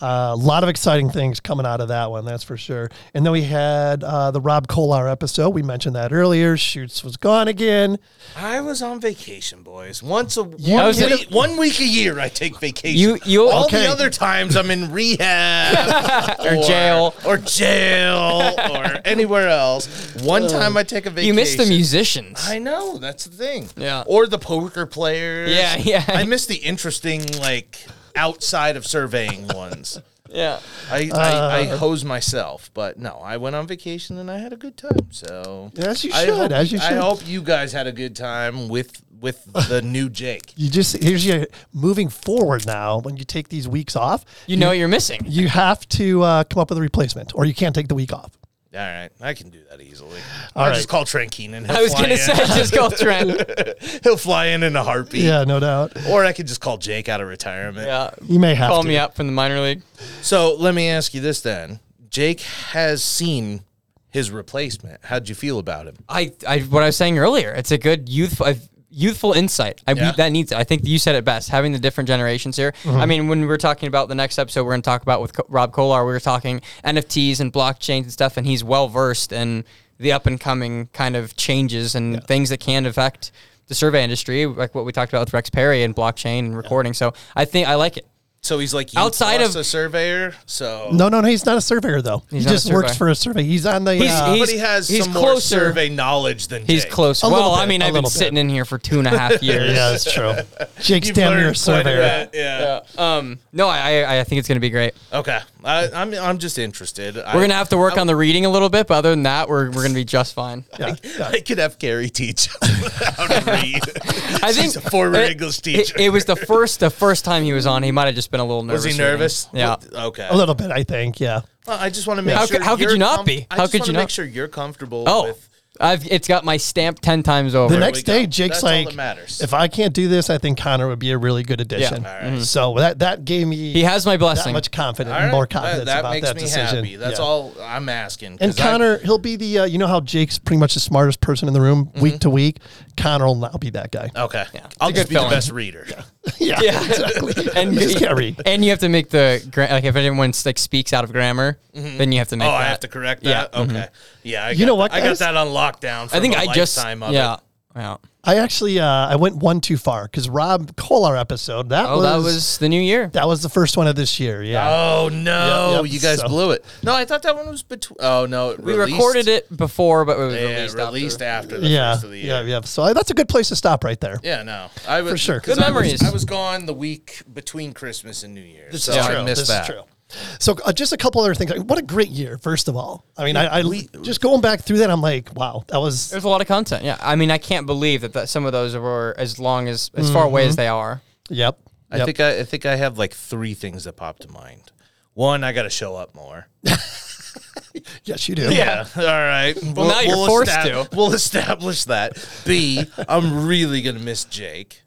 D: Uh, a lot of exciting things coming out of that one, that's for sure. And then we had uh, the Rob Kolar episode. We mentioned that earlier. Shoots was gone again.
E: I was on vacation, boys. Once a
D: I
E: one,
D: was in
E: week, one week a year, I take vacation.
F: You- you-
E: all
D: Okay.
E: the other times I'm in rehab
F: Or jail.
E: or jail or anywhere else. One time I take a vacation.
F: You missed the musicians.
E: I know that's the thing.
F: Yeah.
E: Or the poker players.
F: Yeah, yeah.
E: I miss the interesting like outside of surveying ones.
F: yeah.
E: I,
F: Uh,
E: I, I hose myself, but no, I went on vacation and I had a good time. So
D: As you
E: I
D: should,
E: hope-
D: as you
E: I
D: should.
E: hope you guys had a good time with with the new Jake.
D: You just, here's your moving forward now. When you take these weeks off,
F: You know what you're missing.
D: you have to uh, come up with a replacement or you can't take the week off.
E: All right, I can do that easily.
D: All
E: I
D: right.
E: just call Trent Keenan. He'll
F: I was
E: fly
F: going to
E: in.
F: say, just go Trent.
E: he'll fly in in a heartbeat.
D: Yeah, no doubt.
E: Or I could just call Jake out of retirement.
F: Yeah.
D: You may have
F: Call
D: to.
F: me up from the minor league.
E: So let me ask you this then: Jake has seen his replacement. How'd you feel about him?
F: I, I what I was saying earlier. It's a good youthful I've- youthful insight. I we-
E: Yeah.
F: that needs. it. I think you said it best. Having the different generations here. I mean, when we were talking about the next episode, we're going to talk about with Co- Rob Kolar. We were talking NFTs and blockchains and stuff, and he's well versed in the up and coming kind of changes and things that can affect the survey industry, like what we talked about with Rex Perry and blockchain and recording. So I think I like it.
E: So he's like you
F: Outside
E: plus
F: of-
E: a surveyor. So
D: No, no, no. He's not a surveyor though.
F: He's
D: he
F: not a
D: just works
F: surveyor.
D: for a survey. He's on the.
F: He's-
D: uh,
F: he's-
E: but he has
F: he's
E: some more
F: closer.
E: survey knowledge than
F: He's
E: Jake.
F: close.
D: A little
F: well, I
D: bit,
F: mean,
D: a
F: I've been
D: little bit.
F: sitting in here for two and a half years.
D: yeah, that's true. Jake's
E: You've
D: damn near a
E: learned quite a
D: surveyor.
E: bit, Yeah.
F: Um, no, I, I, I think it's going to be great.
E: Okay. I, I'm I'm just interested.
F: We're gonna have to work on the reading a little bit, but other than that, we're, we're gonna be just fine.
D: Yeah.
E: I could have Carrie teach how to read.
F: I think
E: She's a former
F: it-
E: English
F: It,
E: teacher.
F: it was the first the first time he was on. He might have just been a little nervous.
E: Was he
F: reading.
E: nervous?
F: Yeah.
E: Okay.
D: A little bit, I think. Yeah.
E: Well, I just want to make
F: How c-
E: sure.
F: how could
E: you're
F: you not be?
E: I
F: How
E: just
F: could
E: wanna
F: you not?
E: Make sure you're comfortable.
F: Oh,
E: With,
F: I've it's got my stamp ten times over.
D: The next
E: go.
D: day, Jake's
E: That's all
D: like,
E: that matters.
D: "If I can't do this, I think Connor would be a really good addition."
F: Yeah.
D: So that that gave me
F: he has my
D: that
F: blessing.
D: much confidence,
E: All right,
D: more
E: that-
D: confidence
E: that
D: about
E: makes
D: that
E: me
D: decision.
E: happy. That's
D: Yeah.
E: all I'm asking.
D: And
E: 'cause I- Mm-hmm.
D: Connor, he'll be the uh, you know how Jake's pretty much the smartest person in the room week to week. Connor will now be that guy.
E: Okay. I'll
F: It's
E: just
F: a good
E: be the
F: feeling.
E: best reader.
D: yeah,
F: Yeah.
D: exactly.
F: And
D: you just can't read.
F: And you have to make the gra- like if anyone like speaks out of grammar, then you have to
E: Oh,
F: make. that.
E: I have to correct that.
F: Yeah.
E: Okay. Yeah. I
D: Mm-hmm. You know
E: got
D: what,
E: that- I got
D: guys?
E: that on lockdown. From
F: I think
E: a
F: I just
E: lifetime of
F: yeah.
E: it.
F: Wow.
D: I actually uh, I went one too far because Rob Cole, our episode that
F: Oh,
D: was
F: that was the new year.
D: that was the first one of this year. Yeah.
E: Oh no!
D: Yep,
E: you guys
D: so-
E: blew it. No, I thought that one was between. Oh no! It
F: We
E: released-
F: recorded it before, but it was
E: Yeah,
F: released,
E: released,
F: after.
E: after the
D: yeah,
E: first of the year.
D: yeah, yeah. So I, that's a good place to stop right there.
E: Yeah, no, I was,
D: For sure.
E: 'cause
F: Good
E: I was-
F: memories.
E: I was gone the week between Christmas and New Year's.
D: This
E: so
D: is
E: I
D: true.
E: missed
D: this
E: that.
D: is true. So uh, just a couple other things. Like, What a great year, first of all. I mean, I, I just going back through that, I'm like, wow, that was
F: There's a lot of content. Yeah, I mean, I can't believe that, that some of those were as long as as far away
D: Mm-hmm.
F: as they are.
D: yep.
E: I
D: yep.
E: think I, I think I have like three things that pop to mind. One, I got to show up more.
D: yes, you do.
E: Yeah. All right. Well,
F: now you're forced
E: estab-
F: to.
E: We'll establish that. B, I'm really gonna miss Jake.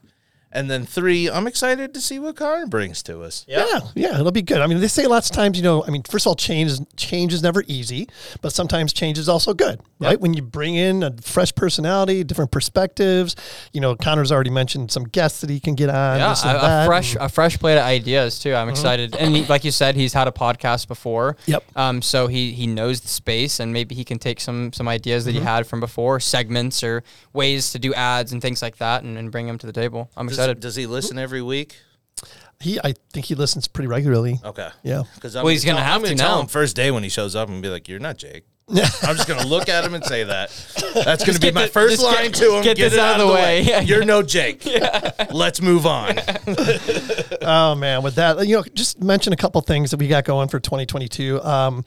E: And then three, I'm excited to see what Connor brings to us.
D: Yeah, yeah, it'll be good. I mean, they say lots of times, you know, I mean, first of all, change is- change is never easy, but sometimes change is also good, right? When you bring in a fresh personality, different perspectives, you know, Connor's already mentioned some guests that he can get on.
F: Yeah,
D: this and
F: a,
D: that,
F: a fresh
D: and-
F: a fresh plate of ideas too. I'm excited, and he, like you said, he's had a podcast before.
D: Yep.
F: Um, so he he knows the space, and maybe he can take some some ideas that he
D: Mm-hmm.
F: had from before, segments or ways to do ads and things like that, and, and bring them to the table. I'm
E: Does,
F: excited.
E: does he listen every week?
D: he, I think he listens pretty regularly.
E: Okay.
D: Yeah.
E: Because I'm
F: Well, he's gonna
E: tell-
F: have
E: I'm gonna
F: to
E: tell
F: now.
E: him first day when he shows up and be like, "You're not Jake." I'm just gonna look at him and say that. That's gonna be
F: get
E: my
F: thi-
E: first
F: just
E: line
F: get-
E: to him.
F: get this
E: it
F: out of the way. Yeah.
E: You're no Jake. Let's move on.
D: Oh man, with that, you know, just mention a couple things that we got going for 2022. Um,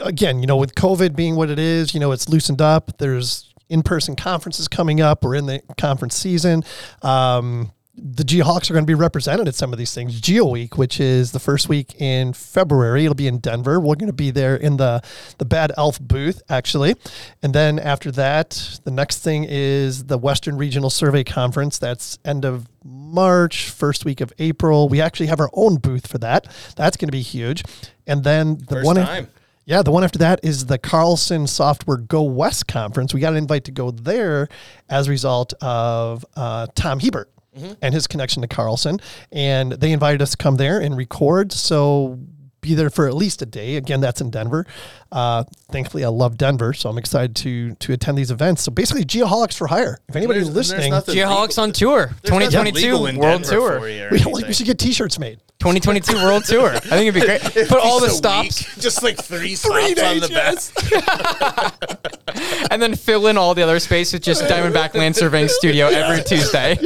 D: again, you know, with COVID being what it is, you know, it's loosened up. There's in-person conferences coming up. We're in the conference season. Um, the Geohawks are going to be represented at some of these things. Geo Week, which is the first week in February, it'll be in Denver. We're going to be there in the the Bad Elf booth, actually. And then after that, the next thing is the Western Regional Survey Conference. That's end of March, first week of April. We actually have our own booth for that. That's going to be huge. And then the
E: First
D: one
E: time.
D: yeah, the one after that is the Carlson Software Go West conference. We got an invite to go there as a result of uh, Tom Hebert and his connection to Carlson, and they invited us to come there and record. So be there for at least a day. Again, that's in Denver. Uh, thankfully, I love Denver, so I'm excited to to attend these events. So basically, Geoholics for hire. If anybody's
E: There's- there's
D: listening,
E: nothing
F: Geoholics on tour,
E: There's nothing
F: 2022
E: legal in
F: World
E: Denver
F: Tour.
E: for you or
D: we, we
E: anything.
D: should get T-shirts made.
F: 2022 World Tour. I think it'd be great. Put all the
E: Just a
F: stops
E: week. just like three, stops on the back.
F: and then fill in all the other space with just Diamondback Land Surveying Studio every Tuesday.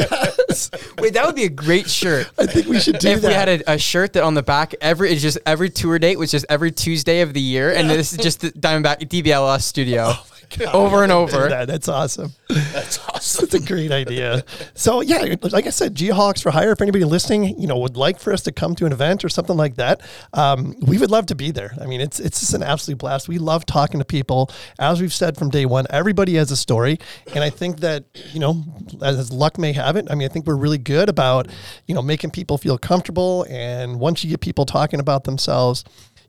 F: Wait, that would be a great shirt.
D: I think we should do
F: If
D: that.
F: we had a, a shirt that on the back every it's just every tour date was just every Tuesday of the year, and this is just the Diamondback DBLS studio
E: Oh
F: over and
D: Do
F: over.
D: that. That's awesome.
E: That's awesome.
D: That's a great idea. So yeah, like I said, Geohawks for hire. If anybody listening, you know, would like for us to come to an event or something like that, um, we would love to be there. I mean, it's it's just an absolute blast. We love talking to people. As we've said from day one, everybody has a story, and I think that you know, as luck may have it, I mean, I think we're really good about you know making people feel comfortable, and once you get people talking about themselves.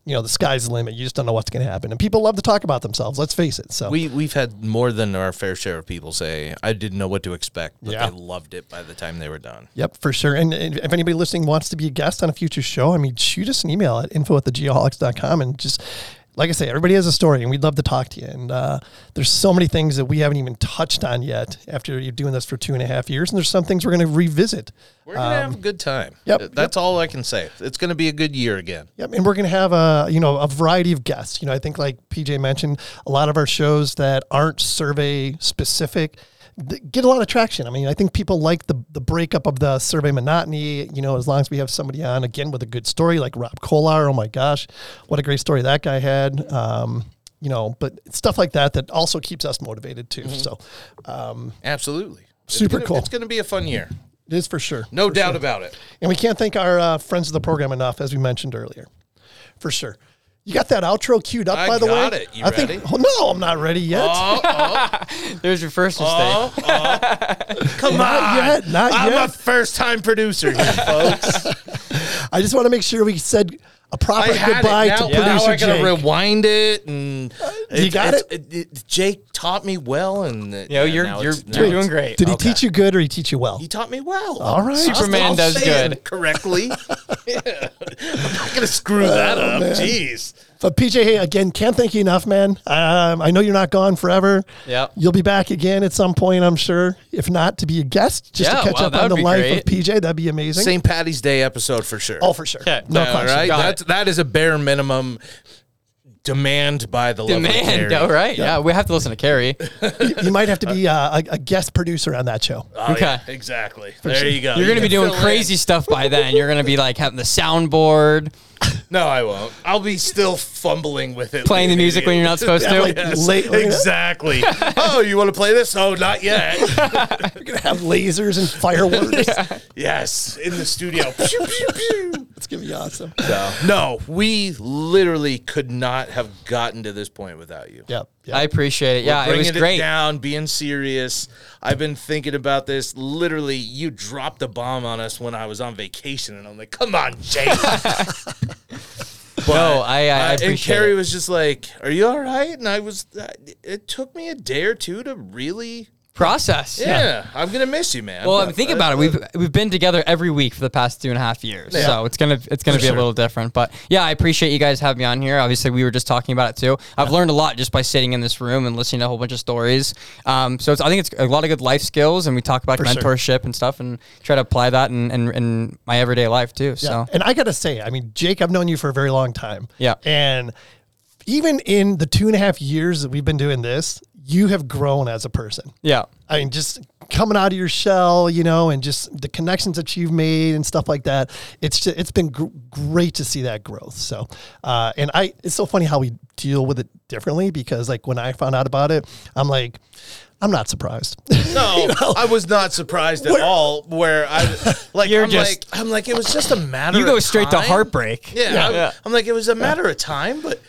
D: You know, the sky's the limit. You just don't know what's going to happen. And people love to talk about themselves. Let's face it. So,
E: We we've had more than our fair share of people say I didn't know what to expect, but
D: Yeah.
E: they loved it by the time they were done.
D: Yep, for sure. And, and if anybody listening wants to be a guest on a future show, I mean, shoot us an email at info at thegeoholics.com and just, like I say, everybody has a story and we'd love to talk to you. And uh, there's so many things that we haven't even touched on yet after you're doing this for two and a half years. And there's some things we're going to revisit.
E: We're gonna have a good time.
D: Um, yep,
E: Th- That's all I can say. It's gonna be a good year again.
D: Yep, and we're going to have a you know a variety of guests. You know, I think like PJ mentioned, a lot of our shows that aren't survey specific th- get a lot of traction. I mean, I think people like the the breakup of the survey monotony. You know, as long as we have somebody on again with a good story, like Rob Kolar. Oh my gosh, what a great story that guy had. Um, you know, but stuff like that that also keeps us motivated too. So um,
E: Absolutely. It's
D: Super
E: gonna-
D: cool.
E: It's gonna be a fun year.
D: it is for sure.
E: No doubt about it.
D: And we can't thank our uh, friends of the program enough, as we mentioned earlier, for sure. You got that outro queued up,
E: I
D: by the
E: got
D: way.
E: it. You
D: I
E: ready?
D: think. Oh, no, I'm not ready yet.
F: There's your first mistake.
E: Oh, oh. Come
D: Not
E: on.
D: yet, not
E: I'm
D: yet.
E: a first time producer here, folks.
D: I just want to make sure we said a proper
E: I had
D: goodbye
E: it. Now,
D: to
E: now
D: producer
E: I gotta
D: Jake.
E: rewind it and
D: you got
E: it's- Jake taught me well, and uh,
F: Yo,
E: yeah,
F: you're
E: now
F: you're
E: it's- now
F: you're
E: it's-
F: doing great.
D: Did he
E: Okay.
D: teach you good or he teach you well?
E: He taught me well.
D: All right.
E: I'll-
F: Superman
E: I'll
F: does
E: say
F: good.
E: it correctly. Yeah. I'm not gonna screw
D: Oh,
E: that up. Jeez.
D: But PJ, hey, again, can't thank you enough, man. Um, I know you're not gone forever.
F: Yep.
D: You'll be back again at some point, I'm sure. If not, to be a guest, just
F: Yeah,
D: to catch
F: wow,
D: up on
F: that would
D: the
F: be
D: life
F: great.
D: of PJ. That'd be amazing.
E: St. Patty's Day episode for sure.
D: Oh, for sure.
F: Okay.
D: No
E: All
D: question.
E: right,
F: Got
E: that's that is a bare minimum demand by the lovely
F: Demand.
E: Carrie.
F: All right. Yeah. we have to listen to Carrie.
D: You might have to be uh, a, a guest producer on that show.
E: Oh, yeah,
F: Okay.
E: exactly. there you go.
F: You're
E: You
F: gonna be
E: can
F: doing
E: fill in.
F: crazy stuff by then. You're gonna be like having the soundboard,
E: No, I won't. I'll be still fumbling with it.
F: playing the
E: like an
F: music when you're
E: idiot.
F: not supposed to.
D: like-
E: Yes,
D: Late-
E: exactly. oh, you want to play this? Oh, not yet.
D: You're going to have lasers and fireworks.
E: yes, in the studio. Pew, pew, pew.
D: It's going to be awesome.
E: No, we literally could not have gotten to this point without you.
D: Yep. yep.
F: I appreciate it. Yeah, it was
E: Bringing
F: great.
E: down, being serious. I've been thinking about this. Literally, you dropped a bomb on us when I was on vacation, and I'm like, "Come on, Jake."
F: no, I, I, I
E: Uh, and
F: appreciate
E: Carrie
F: it.
E: was just like, "Are you all right?" And I was. uh, It took me a day or two to really.
F: process.
E: Yeah, I'm gonna miss you, man. uh,
F: Well, I'm thinking about it. We've we've been together every week for the past two and a half years, so it's gonna it's gonna be a little different. But yeah, I appreciate you guys having me on here. Obviously, we were just talking about it too. I've learned a lot just by sitting in this room and listening to a whole bunch of stories. Um, so it's, I think it's a lot of good life skills, and we talk about
D: sure.
F: mentorship and stuff, and try to apply that in, in, in my everyday life too.
D: Yeah.
F: So
D: And I got to say, I mean, Jake, I've known you for a very long time.
F: Yeah.
D: And even in the two and a half years that we've been doing this, you have grown as a person.
F: yeah,
D: I mean, just coming out of your shell, you know, and just the connections that you've made and stuff like that. It's just, it's been gr- great to see that growth. So, uh, and I, it's so funny how we deal with it differently because, like, when I found out about it, I'm like, I'm not surprised.
E: No, I was not surprised at all. Where I like,
F: You're
E: I'm
F: just-
E: like, I'm like, it was just a matter.
F: you go
E: of
F: straight
E: time.
F: to heartbreak.
E: Yeah, I'm, I'm like, it was a matter of time, but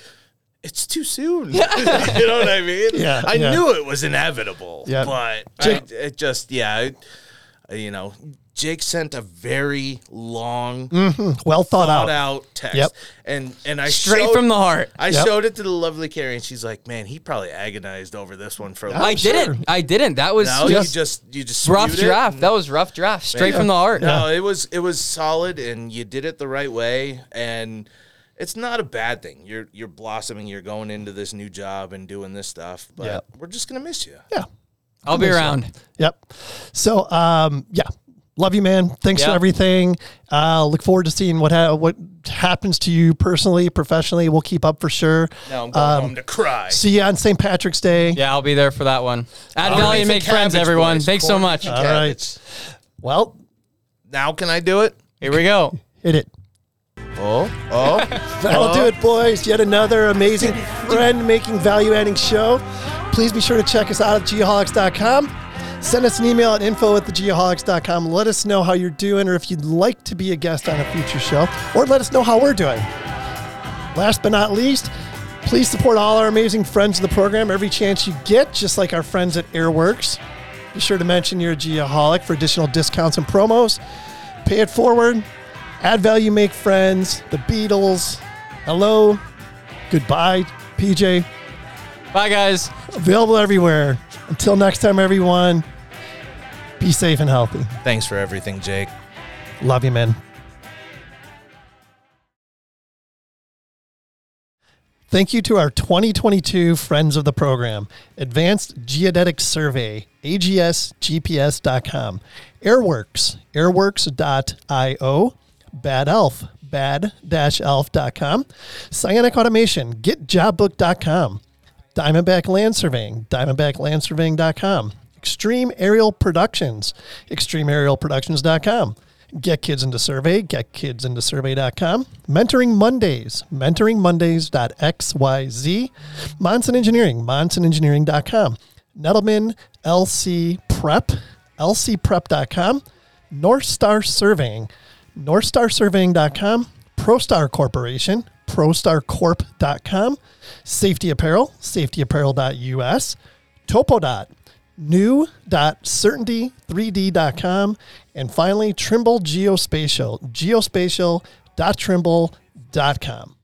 E: it's too soon. you know what I mean?
D: Yeah,
E: I
D: yeah.
E: knew it was inevitable,
D: Yeah.
E: but I,
D: Jake-
E: it just, yeah, it- you know, Jake sent a very long,
D: well thought, out.
E: thought out text,
D: Mm. Yep.
E: and and I
F: Straight
E: showed-
F: from the heart.
E: I
D: Yep.
E: showed it to the lovely Carrie, and she's like, "Man, he probably agonized over this one for a
F: I
E: long
F: didn't. I didn't. That was
E: No,
F: just
E: you just you just
F: rough
E: spewed it
F: draft.
E: and-
F: That was rough draft. Straight from the heart.
E: No, it was it was solid, and you did it the right way, and it's not a bad thing. You're you're blossoming. You're going into this new job and doing this stuff, but
D: Yeah.
E: we're just gonna miss you.
D: Yeah.
F: I'll be around.
D: Yep. So, um, yeah. Love you, man. Thanks for
F: Yeah.
D: everything. Uh, look forward to seeing what ha- what happens to you personally, professionally. We'll keep up for sure.
E: Now I'm going home to cry.
D: See you on St. Patrick's Day.
F: Yeah, I'll be there for that one. Add
E: Corn
F: value
E: for
F: and make friends,
E: cabbage,
F: everyone.
E: boys.
F: Thanks so
E: Corn for
F: much.
D: All right.
E: cabbage.
D: Well,
E: Now can I do it?
F: Here we go.
D: hit it.
E: Oh, oh.
D: That'll do it, boys. Yet another amazing friend making value adding show. Please be sure to check us out at geoholics.com. Send us an email at info at thegeoholics.com. Let us know how you're doing or if you'd like to be a guest on a future show, or let us know how we're doing. Last but not least, please support all our amazing friends of the program every chance you get, just like our friends at Airworks. Be sure to mention you're a geoholic for additional discounts and promos. Pay it forward. Add value, make friends. The Beatles. Hello. Goodbye, PJ.
F: Bye, guys.
D: Available everywhere. Until next time, everyone. Be safe and healthy.
E: Thanks for everything, Jake.
D: Love you, man. Thank you to our 2022 friends of the program, Advanced Geodetic Survey, agsgps.com, Airworks, airworks.io, Bad Elf, bad-elf.com, Cyanic Automation, getjobbook.com, Diamondback Land Surveying, diamondbacklandsurveying.com, Extreme Aerial Productions, extremeaerialproductions.com, Get Kids Into Survey, getkidsintosurvey.com, Mentoring Mondays, mentoringmondays.xyz, Monson Engineering, monsonengineering.com, Nettleman LC Prep, lcprep.com, North Star Surveying, northstarsurveying.com, ProStar Corporation, prostarcorp.com, Safety Apparel, safetyapparel.us, Topodot, new.certainty3d.com, and finally Trimble Geospatial, geospatial.trimble.com.